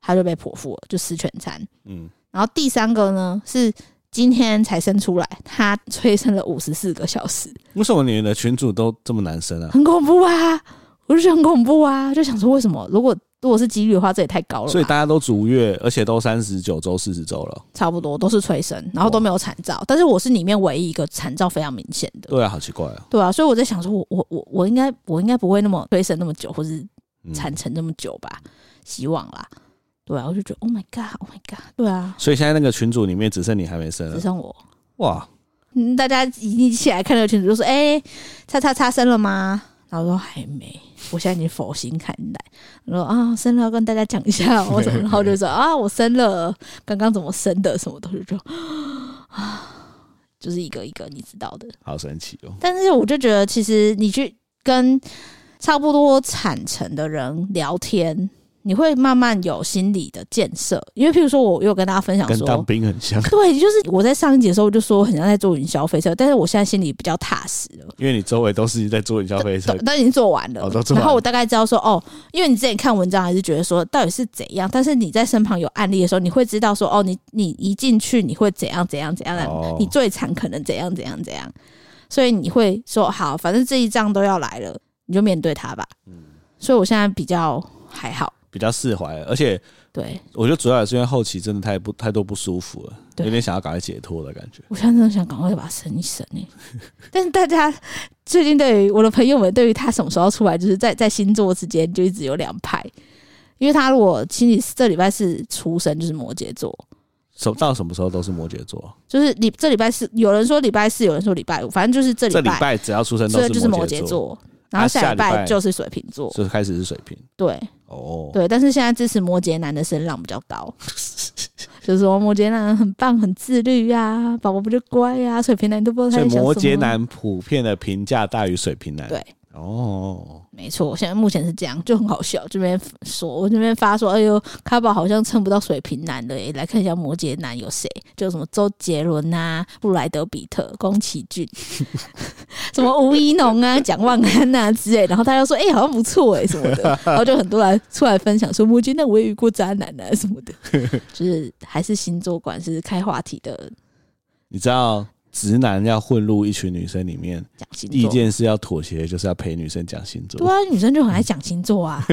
Speaker 2: 她就被剖腹了，就死全残。
Speaker 1: 嗯
Speaker 2: 然后第三个呢是今天才生出来，他催生了五十四个小时，
Speaker 1: 嗯，为什么你们的群主都这么难生啊？
Speaker 2: 很恐怖啊！我就觉得很恐怖啊，就想说为什么？如果如果是几率的话，这也太高了吧。
Speaker 1: 所以大家都足月，而且都三十九周、四十周了。
Speaker 2: 差不多都是催生，然后都没有产兆，但是我是里面唯一一个产兆非常明显的，
Speaker 1: 对啊，好奇怪啊！
Speaker 2: 对啊，所以我在想说我，我我我应该我应该不会那么催生那么久，或是
Speaker 1: 嗯
Speaker 2: 产程那么久吧？希望啦，对啊，我就觉得 Oh my God，Oh my God，对啊，
Speaker 1: 所以现在那个群主里面只剩你还没生
Speaker 2: 只
Speaker 1: 了，
Speaker 2: 剩我，
Speaker 1: 哇！
Speaker 2: 嗯，大家一起来看那个群主，就说：“哎、叉叉叉生了吗？”然后我说：“还没，我现在已经佛心看待。”我说：“啊，生了要跟大家讲一 下哦，我怎么？”然后就说：“啊，我生了，刚刚怎么生的，什么东西就啊，就是一个一个你知道的。
Speaker 1: 好神奇哦。
Speaker 2: 但是我就觉得，其实你去跟差不多产程的人聊天。”你会慢慢有心理的建设，因为譬如说，我有跟大家分享
Speaker 1: 跟
Speaker 2: 说，
Speaker 1: 当兵很 像，
Speaker 2: 对，就是我在上一集的时候我就说我很像在做云霄飞车，但是我现在心里比较踏实了，
Speaker 1: 因为你周围都是在做云霄飞车
Speaker 2: 都，都已经做完了。
Speaker 1: 哦都做完了
Speaker 2: 然后我大概知道说，哦，因为你之前看文章还是觉得说到底是怎样，但是你在身旁有案例的时候，你会知道说，哦，你你一进去你会怎样怎样怎样，
Speaker 1: 哦
Speaker 2: 你最惨可能怎样怎样怎样，所以你会说好，反正这一仗都要来了，你就面对它吧。
Speaker 1: 嗯
Speaker 2: 所以我现在比较还好，
Speaker 1: 比较释怀啊了。而且
Speaker 2: 对
Speaker 1: 我觉得主要也是因为后期真的太不太多不舒服了，
Speaker 2: 对
Speaker 1: 有点想要赶快解脱的感觉。
Speaker 2: 我现在真的想赶快把它生一生哎、但是大家最近对于我的朋友们，对于他什么时候出来，就是在在星座之间就一直有两派，因为他如果星期这礼拜是出生，就是摩羯座，
Speaker 1: 什到什么时候都是摩羯座，啊
Speaker 2: 就是礼这礼拜四，有人说礼拜四，有人说礼拜五，反正就是这
Speaker 1: 这
Speaker 2: 礼
Speaker 1: 礼
Speaker 2: 拜，
Speaker 1: 拜只要出生都
Speaker 2: 所以就是摩羯
Speaker 1: 羯，
Speaker 2: 座，
Speaker 1: 啊
Speaker 2: 然后下
Speaker 1: 下
Speaker 2: 礼
Speaker 1: 礼拜
Speaker 2: 拜就是水瓶座，
Speaker 1: 就开始是水瓶。
Speaker 2: 对
Speaker 1: 哦，
Speaker 2: 对，但是现在支持摩羯男的声浪比较高。 就是说摩羯男很棒，很自律啊，宝宝不就乖啊，水瓶男都不知道他
Speaker 1: 所以
Speaker 2: 在想什么。啊
Speaker 1: 摩羯男普遍的评价大于水瓶男。
Speaker 2: 对，
Speaker 1: 哦，
Speaker 2: 没错，我现在目前是这样，就很好笑。这边说，我这边发说，哎呦，卡宝好像蹭不到水瓶男了耶，来看一下摩羯男有谁，就什么周杰伦啊、布莱德比特、宫崎骏， 什么吴一农啊、蒋万安啊之类。然后大家就说，哎、好像不错哎什么的，然后就很多人出来分享说，摩羯男我也遇过渣男啊什么的，就是还是星座馆是开话题的
Speaker 1: 你知道直男要混入一群女生里面，
Speaker 2: 讲星
Speaker 1: 意
Speaker 2: 座。
Speaker 1: 见是要妥协，就是要陪女生讲星
Speaker 2: 对
Speaker 1: 座。
Speaker 2: 啊，女生就很爱讲星座啊，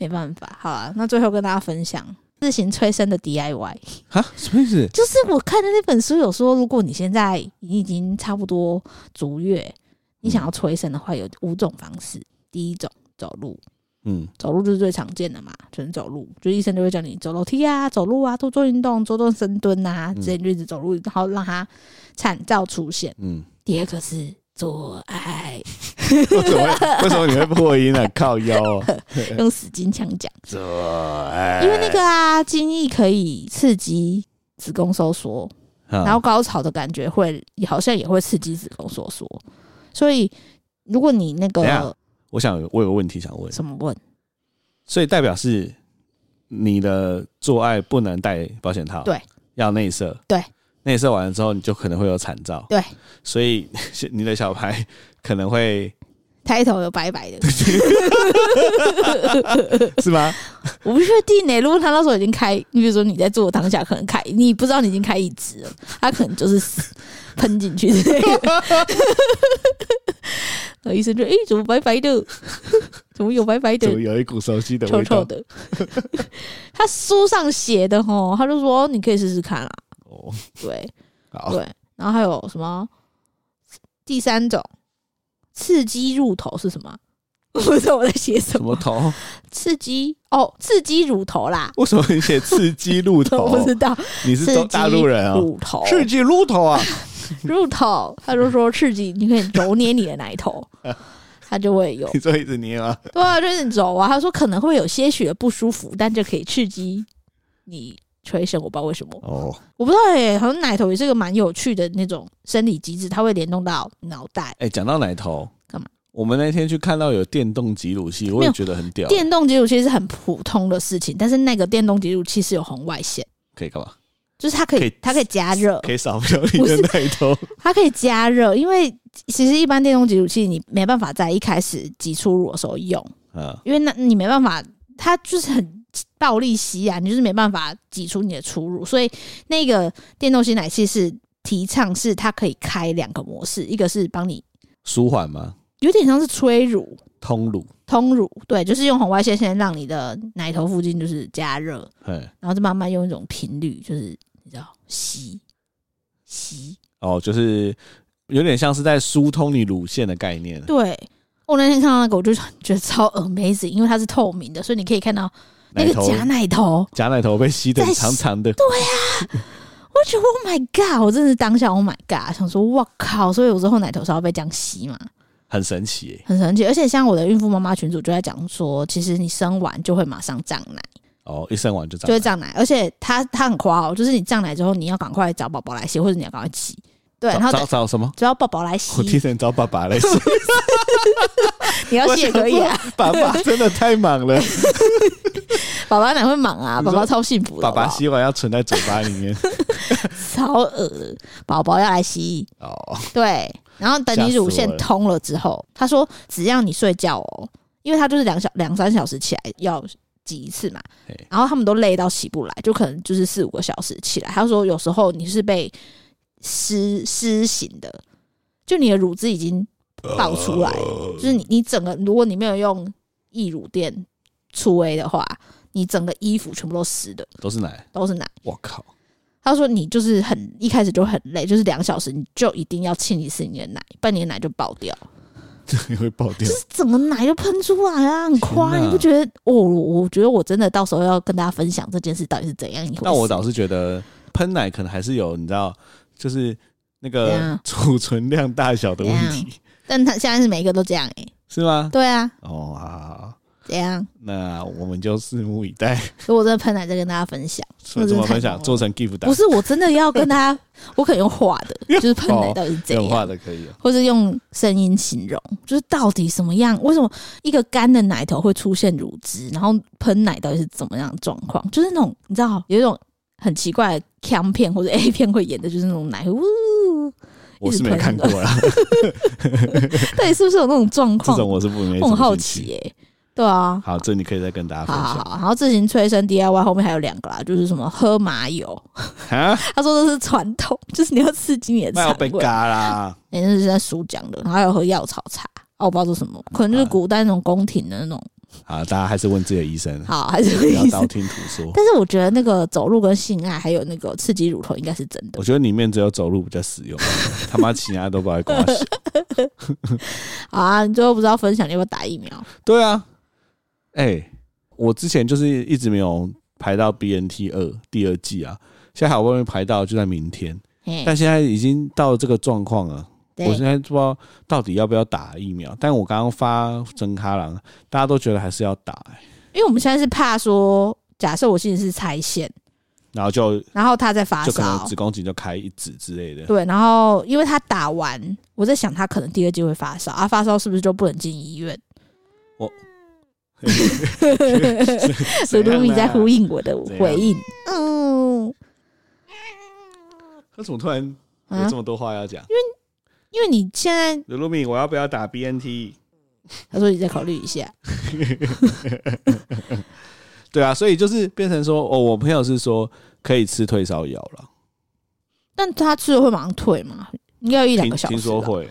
Speaker 2: 没办法。好啊，那最后跟大家分享自行催生的 DIY，
Speaker 1: 啊，什么意思？
Speaker 2: 就是我看的那本书有说，如果你现在你已经差不多足月，你想要催生的话，有五种方式。第一种走路，
Speaker 1: 嗯，
Speaker 2: 走路就是最常见的嘛，就是走路，就医生就会叫你走楼梯啊，走路啊，多做运动，做做深蹲啊，
Speaker 1: 嗯
Speaker 2: 之类就一直走路，然后让它产兆出现。
Speaker 1: 嗯，
Speaker 2: 第二个是做爱，
Speaker 1: 为什么会为什么你会破音啊？靠腰、 啊，
Speaker 2: 用死金枪讲。
Speaker 1: 这哎
Speaker 2: 因为那个啊，精液可以刺激子宫收缩，
Speaker 1: 那
Speaker 2: 然后高潮的感觉会好像也会刺激子宫收缩，所以如果你那
Speaker 1: 等一下
Speaker 2: 个
Speaker 1: 我想我有个问题想问，
Speaker 2: 什么问，
Speaker 1: 所以代表是你的做爱不能戴保险套，
Speaker 2: 对，
Speaker 1: 要内射，
Speaker 2: 对，
Speaker 1: 内射完了之后你就可能会有产兆，
Speaker 2: 对，
Speaker 1: 所以你的小孩可能 会
Speaker 2: 抬头有白白的，
Speaker 1: 是吗？
Speaker 2: 我不确定呢、如果他那时候已经开，你比如说你在做的当下可能开，你不知道你已经开一支了，他可能就是死喷进 去之类的。然后医生就诶、怎么白白的？怎么有白白的
Speaker 1: 怎？么有一股熟悉的
Speaker 2: 臭
Speaker 1: 味
Speaker 2: 臭
Speaker 1: 道？
Speaker 2: 的。 他书上写的哦，他就说你可以试试看啦。啊
Speaker 1: 哦，
Speaker 2: 对
Speaker 1: 好，
Speaker 2: 对，然后还有什么？第三种刺激乳头是什么？ 我不知道我在写什
Speaker 1: 什
Speaker 2: 么。
Speaker 1: 么头？
Speaker 2: 刺激哦，刺激乳头啦，
Speaker 1: 为什么你写刺激鹿
Speaker 2: 我
Speaker 1: 头
Speaker 2: 不？知道。
Speaker 1: 哦你是
Speaker 2: 刺
Speaker 1: 中
Speaker 2: 激
Speaker 1: 大陆人啊？
Speaker 2: 乳头，
Speaker 1: 刺激鹿头啊！
Speaker 2: 乳头，他就说刺激，你可以揉捏你的 奶头，他就会有
Speaker 1: 你这一直捏吗？
Speaker 2: 对啊，就是你揉啊。他说可能会有些许的不舒服，但就可以刺激你 menstruation，我不知道为什么，
Speaker 1: 哦，
Speaker 2: 我不知道诶、好像奶头也是个蛮有趣的那种生理机制，它会联动到脑袋。
Speaker 1: 哎、讲到奶头，
Speaker 2: 干嘛？
Speaker 1: 我们那天去看到有电动挤乳器，我
Speaker 2: 没
Speaker 1: 也
Speaker 2: 有
Speaker 1: 觉得很屌。
Speaker 2: 电动挤乳器是很普通的事情，但是那个电动挤乳器是有红外线，
Speaker 1: 可以干嘛？
Speaker 2: 就是它可以
Speaker 1: 可以
Speaker 2: 它可以加热，
Speaker 1: 可以扫描你的奶头。
Speaker 2: 它可以加热，因为其实一般电动挤乳器你没办法在一开始挤出乳的时候用，
Speaker 1: 啊，
Speaker 2: 因为那你没办法，它就是很暴力吸啊，你就是没办法挤出你的出入，所以那个电动吸奶器是提倡是它可以开两个模式，一个是帮你
Speaker 1: 舒缓吗？
Speaker 2: 有点像是催乳。
Speaker 1: 通乳。
Speaker 2: 通乳对，就是用红外线先让你的奶头附近就是加热，
Speaker 1: 哎，
Speaker 2: 然后再慢慢用一种频率，就是你知道吸吸。
Speaker 1: 哦，就是有点像是在疏通你乳腺的概念。
Speaker 2: 对，我那天看到那个，我就觉得超 amazing，因为它是透明的，所以你可以看到那
Speaker 1: 奶
Speaker 2: 个
Speaker 1: 头
Speaker 2: 假奶头。
Speaker 1: 假奶头被吸的
Speaker 2: 在
Speaker 1: 长长的，
Speaker 2: 我就觉得 Oh my God！我真的是当下 Oh my God，想说哇靠！所以有时候奶头是要被这样吸嘛，
Speaker 1: 很神奇耶。
Speaker 2: 很神奇。而且像我的孕妇妈妈群组就在讲说，其实你生完就会马上胀奶，
Speaker 1: 哦，一生完就长
Speaker 2: 就
Speaker 1: 奶。
Speaker 2: 会胀奶。而且它它很夸哦，就是你胀奶之后，你要赶快找宝宝来吸，或者你要赶快吸。对，然
Speaker 1: 找
Speaker 2: 后
Speaker 1: 找找什么？
Speaker 2: 只要宝宝来吸
Speaker 1: 我，听成找爸爸 来吸，
Speaker 2: 你要吸也可以啊。
Speaker 1: 爸爸真的太忙了，
Speaker 2: 宝宝哪会忙啊？
Speaker 1: 你说
Speaker 2: 宝宝超幸福的，
Speaker 1: 爸爸
Speaker 2: 好不好
Speaker 1: 吸完要存在嘴巴里面。
Speaker 2: 超恶的，宝宝要来吸，
Speaker 1: 哦，
Speaker 2: 对。然后等你乳
Speaker 1: 吓死
Speaker 2: 腺
Speaker 1: 我了
Speaker 2: 通了之后，他说只要你睡觉哦，因为他就是两小两三小时起来要挤一次嘛
Speaker 1: 嘿，
Speaker 2: 然后他们都累到起不来，就可能就是四五个小时起来。他说有时候你是被湿湿醒的，就你的乳汁已经爆出来了，
Speaker 1: 哦
Speaker 2: 就是
Speaker 1: 嗯
Speaker 2: 你你整个如果你没有用溢乳垫除 A 的话，你整个衣服全部都湿的，
Speaker 1: 都是奶。
Speaker 2: 都是奶。
Speaker 1: 我 靠，
Speaker 2: 他说你就是很一开始就很累，就是两小时你就一定要清一次你的奶，不然你的奶就爆掉，
Speaker 1: 这个会爆掉
Speaker 2: 就。是整个奶就喷出来啊，很夸，
Speaker 1: 天哪
Speaker 2: 你不觉得？哦，我我觉得我真的到时候要跟大家分享这件事到底是怎样一回事。
Speaker 1: 但我倒是觉得喷奶可能还是有，你知道，就是那
Speaker 2: 怎
Speaker 1: 个
Speaker 2: 样
Speaker 1: 储存量大小的问题，
Speaker 2: 但他现在是每一个都这样哎、
Speaker 1: 是吗？
Speaker 2: 对啊，
Speaker 1: 哦，好好好，
Speaker 2: 怎样？
Speaker 1: 那我们就拭目以 待，
Speaker 2: 如果真的喷奶再跟大家分 享，
Speaker 1: 所以怎么分
Speaker 2: 太猛
Speaker 1: 享
Speaker 2: 了
Speaker 1: 做成 gift 档
Speaker 2: 不，是我真的要跟大家，我可能用画的，就是喷奶到底是怎
Speaker 1: 用
Speaker 2: 样
Speaker 1: 画。的可以啊。
Speaker 2: 或是用声音形容，就是到底什么样？为什么一个干的奶头会出现乳汁，然后喷奶到底是怎么样的状况？就是那种你知道有一种很奇怪的 cam 片或者 A 片会演的，就是那种奶呜，
Speaker 1: 我是
Speaker 2: 一直
Speaker 1: 没
Speaker 2: 喷
Speaker 1: 看过啦，
Speaker 2: 到底是不是有那种状
Speaker 1: 这
Speaker 2: 况？
Speaker 1: 种我是不没。
Speaker 2: 我很好奇。耶、对啊。
Speaker 1: 好，这你可以再跟大家
Speaker 2: 好
Speaker 1: 分
Speaker 2: 好
Speaker 1: 享
Speaker 2: 好，然后自行催生 DIY 后面还有两个啦，就是什么喝麻油，
Speaker 1: 啊！
Speaker 2: 他说这是传统，就是你要刺激你的
Speaker 1: 那要
Speaker 2: 肠
Speaker 1: 被
Speaker 2: 胃。
Speaker 1: 嘎啦，
Speaker 2: 哎、那是在书讲的，然后还有喝药草茶，哦，我不知道这是什么，可能就是古代那种宫廷的那种
Speaker 1: 啊，大家还是问自己的医生，
Speaker 2: 好，还是
Speaker 1: 不
Speaker 2: 会
Speaker 1: 要
Speaker 2: 意思
Speaker 1: 道。听途说。
Speaker 2: 但是我觉得那个走路跟性爱，还有那个刺激乳头，应该是真的
Speaker 1: 我。觉得里面只有走路比较实 用，他妈其他都不爱关系。
Speaker 2: 好啊，你最后不是要分享你要不要打疫苗？
Speaker 1: 对啊，哎、我之前就是一直没有排到 BNT 二第二季啊，现在好不容易排到，就在明天。
Speaker 2: 嘿
Speaker 1: 但现在已经到了这个状况了，我现
Speaker 2: 对，
Speaker 1: 在不知道到底要不要打疫苗。但我刚刚发真卡郎，大家都觉得还是要打、欸
Speaker 2: 因为我们现在是怕说，假设我现在是拆线，
Speaker 1: 然后就
Speaker 2: 然后他在发
Speaker 1: 就可能
Speaker 2: 烧
Speaker 1: 子，宫颈就开一指之类的。
Speaker 2: 对，然后因为他打完，我在想他可能第二季会发烧啊，发烧是不是就不能进医院？
Speaker 1: 我
Speaker 2: 所以露米在呼
Speaker 1: 应。
Speaker 2: 应我的
Speaker 1: 怎样
Speaker 2: 回应，嗯，
Speaker 1: 他怎么突然有
Speaker 2: 啊
Speaker 1: 这，么多话要讲？
Speaker 2: 因为你现在
Speaker 1: 刘露敏，我要不要打 BNT？
Speaker 2: 他说你再考虑一下，
Speaker 1: 对啊，所以就是变成说，哦，我朋友是说可以吃退烧药了，
Speaker 2: 但他吃了会马上退吗？应该有一两
Speaker 1: 听
Speaker 2: 个小时
Speaker 1: 听说
Speaker 2: 吧
Speaker 1: 会。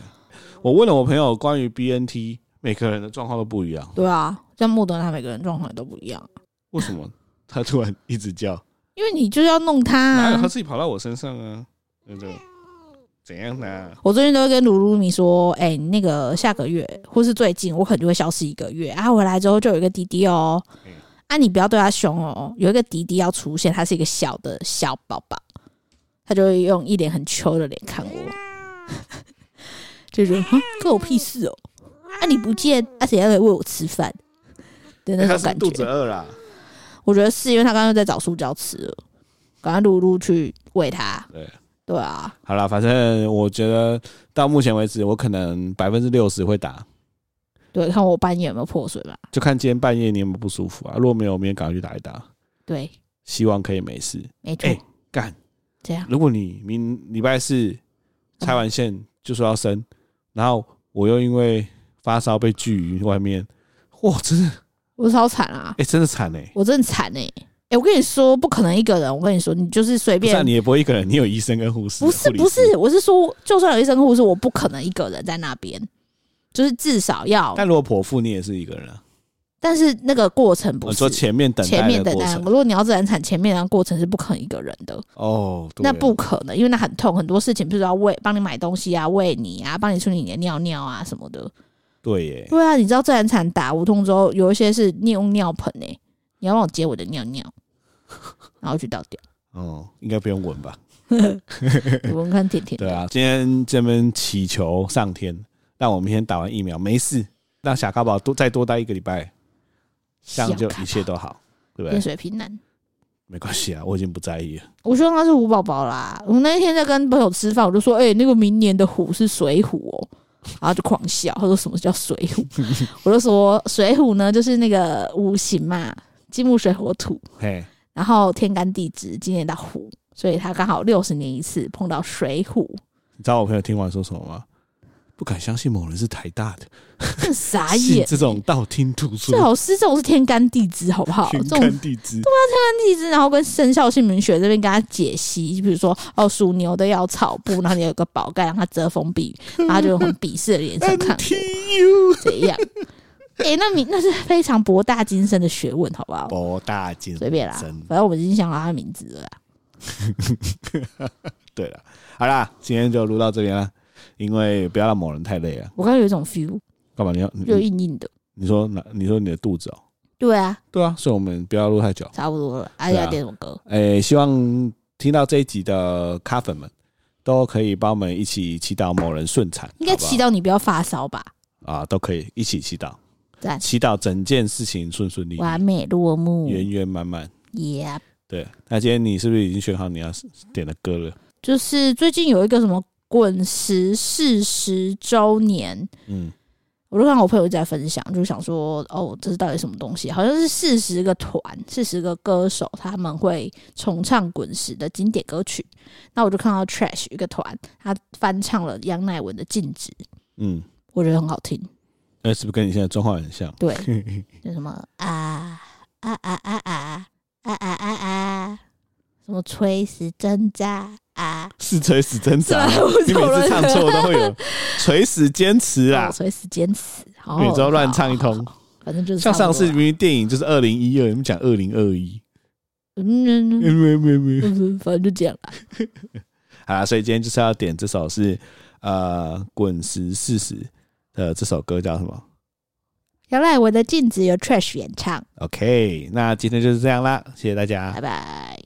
Speaker 1: 我问了我朋友关于 BNT，每个人的状况都不一样，
Speaker 2: 对啊，像莫德纳每个人状况也都不一样，
Speaker 1: 为什么他突然一直叫？
Speaker 2: 因为你就是要弄它、
Speaker 1: 哪有
Speaker 2: 啊
Speaker 1: 他。自己跑到我身上啊？对不对？怎样呢、
Speaker 2: 我最近都会跟鲁鲁米说，哎、你那个下个月或是最近，我可能就会消失一个月啊。回来之后就有一个弟弟哦
Speaker 1: 嗯，
Speaker 2: 啊，你不要对他凶哦。有一个弟弟要出现，他是一个小的小宝宝，他就会用一脸很糗的脸看我， 就觉得哼关我屁事哦。啊，你不见，啊，谁要来喂我吃饭的那
Speaker 1: 哎他
Speaker 2: 种
Speaker 1: 是
Speaker 2: 感
Speaker 1: 肚子
Speaker 2: 觉？
Speaker 1: 饿啦，
Speaker 2: 我觉得是因为他刚刚在找塑胶吃了，赶快露露去喂它。
Speaker 1: 对，
Speaker 2: 对啊，
Speaker 1: 好啦，反正我觉得到目前为止，我可能百分之六十会打，
Speaker 2: 对，看我半夜有没有破水吧。
Speaker 1: 就看今天半夜你有没有不舒服啊。如果没有，我明天赶快去打一打，
Speaker 2: 对，
Speaker 1: 希望可以没事。
Speaker 2: 没错，
Speaker 1: 哎、干！
Speaker 2: 这样
Speaker 1: 如果你明礼拜四拆完线就说要升，然后我又因为发烧被拒于外面，哇，真的，
Speaker 2: 我超惨啊
Speaker 1: 哎、，真的惨哎、
Speaker 2: 我真的惨哎、欸！我跟你说，不可能一个人。我跟你说，你就是随
Speaker 1: 不是啊、
Speaker 2: 便，
Speaker 1: 你也不会一个人，你有医生跟护士，
Speaker 2: 不是
Speaker 1: 护理师
Speaker 2: 不，是，我是说，就算有医生护士，我不可能一个人在那边，就是至少要，
Speaker 1: 但如果剖腹你也是一个人啊。
Speaker 2: 但是那个过程不
Speaker 1: 我
Speaker 2: 是
Speaker 1: 说前面等
Speaker 2: 前
Speaker 1: 待
Speaker 2: 面
Speaker 1: 的
Speaker 2: 等
Speaker 1: 过
Speaker 2: 待。
Speaker 1: 程
Speaker 2: 如果你要自然产，前面的过程是不可能一个人的，
Speaker 1: 哦，对
Speaker 2: 那不可能，因为那很痛，很多事情，比如说要喂，帮你买东西啊，喂你啊，帮你处理你的尿尿啊什么的。
Speaker 1: 嗯对耶，
Speaker 2: 对啊，你知道自然产打无痛之后，有一些是你用尿盆诶、你要帮我接我的尿 尿，然后去倒掉。
Speaker 1: 哦，应该不用闻吧？
Speaker 2: 我们看甜甜的
Speaker 1: 对啊，今天这边祈求上天，让我明天打完疫苗没事，让小咖宝多再多待一个礼拜，这样就
Speaker 2: 小咖
Speaker 1: 一切都好，对不
Speaker 2: 变
Speaker 1: 对？
Speaker 2: 水平男。
Speaker 1: 没关系啊，我已经不在意了。
Speaker 2: 我希望他是虎宝宝啦。我那一天在跟朋友吃饭，我就说：“哎、那个明年的虎是水虎哦。”然后就狂笑，他说：“什么叫水虎？”我就说：“水虎呢，就是那个五行嘛，金木水火土，
Speaker 1: 嘿，
Speaker 2: 然后天干地支，今年到虎，所以他刚好六十年一次碰到水虎，
Speaker 1: 你知道我朋友听完说什么吗？不敢相信某人是台大的，
Speaker 2: 真 傻
Speaker 1: 信
Speaker 2: 眼。
Speaker 1: 这种道听途
Speaker 2: 最
Speaker 1: 说、
Speaker 2: 好是这种是天干地支，好不好？这
Speaker 1: 天
Speaker 2: 种
Speaker 1: 干地支，
Speaker 2: 地支，然后跟生肖姓名学这边跟他解析，比如说哦，属牛的要草布，然后你有个宝盖让它遮风避雨，然后他就用很鄙视的眼神 看
Speaker 1: T
Speaker 2: 我，
Speaker 1: U
Speaker 2: 怎样？哎、那你那是非常博大精深的学问，好不好？
Speaker 1: 博大精
Speaker 2: 随便啦，
Speaker 1: 深
Speaker 2: 反正我们已经想好他的名字了啦。
Speaker 1: 对了，好啦，今天就录到这边了，因为不要让某人太累了。啊
Speaker 2: 我刚刚有一种 feel，
Speaker 1: 干嘛你要你
Speaker 2: 就硬硬的。
Speaker 1: 你说哪？你说你的肚子哦、
Speaker 2: 对啊，
Speaker 1: 对啊，所以我们不要录太久。
Speaker 2: 差不多了。哎、
Speaker 1: 对啊
Speaker 2: 要点什么歌？
Speaker 1: 诶、希望听到这一集的咖粉们都可以帮我们一起祈祷某人顺产，
Speaker 2: 应该祈祷你不要发烧吧？
Speaker 1: 好不好啊，都可以一起祈祷，
Speaker 2: 赞
Speaker 1: 祈祷整件事情顺顺利
Speaker 2: 完
Speaker 1: 利，
Speaker 2: 美落幕。
Speaker 1: 圆圆满满。
Speaker 2: Yeah，
Speaker 1: 对，那今天你是不是已经选好你要点的歌了？
Speaker 2: 就是最近有一个什么滚石四十周年，
Speaker 1: 嗯，
Speaker 2: 我就看我朋友在分享，就想说，哦，这是到底什么东西？好像是四十个团、四十个歌手，他们会重唱滚石的经典歌曲。那我就看到 Trash 一个团，他翻唱了杨乃文的《禁止》，
Speaker 1: 嗯，
Speaker 2: 我觉得很好听。
Speaker 1: 那是不是跟你现在状况很像？
Speaker 2: 对，就什么啊啊啊啊啊啊啊啊啊，什么垂死挣扎啊，
Speaker 1: 是垂死挣
Speaker 2: 是吧
Speaker 1: 扎？？
Speaker 2: 我
Speaker 1: 你每
Speaker 2: 走了
Speaker 1: 次唱 错啊都会有垂死坚持
Speaker 2: 哦
Speaker 1: 啦，
Speaker 2: 垂死坚持，好
Speaker 1: 每周乱唱一通。
Speaker 2: 反正哦就是
Speaker 1: 像
Speaker 2: 差
Speaker 1: 上
Speaker 2: 不多
Speaker 1: 次
Speaker 2: 啦
Speaker 1: 明明电影就是二零一二，你们讲二零二一，
Speaker 2: 嗯，嗯嗯
Speaker 1: 没没没。
Speaker 2: 嗯反正就这样啦。
Speaker 1: 好啦，所以今天就是要点这首是呃《滚石四十》的这首歌叫什么
Speaker 2: 原来
Speaker 1: 啊
Speaker 2: 我的镜子由 Trash 演唱，
Speaker 1: ？OK，那今天就是这样啦，谢谢大家，
Speaker 2: 拜拜。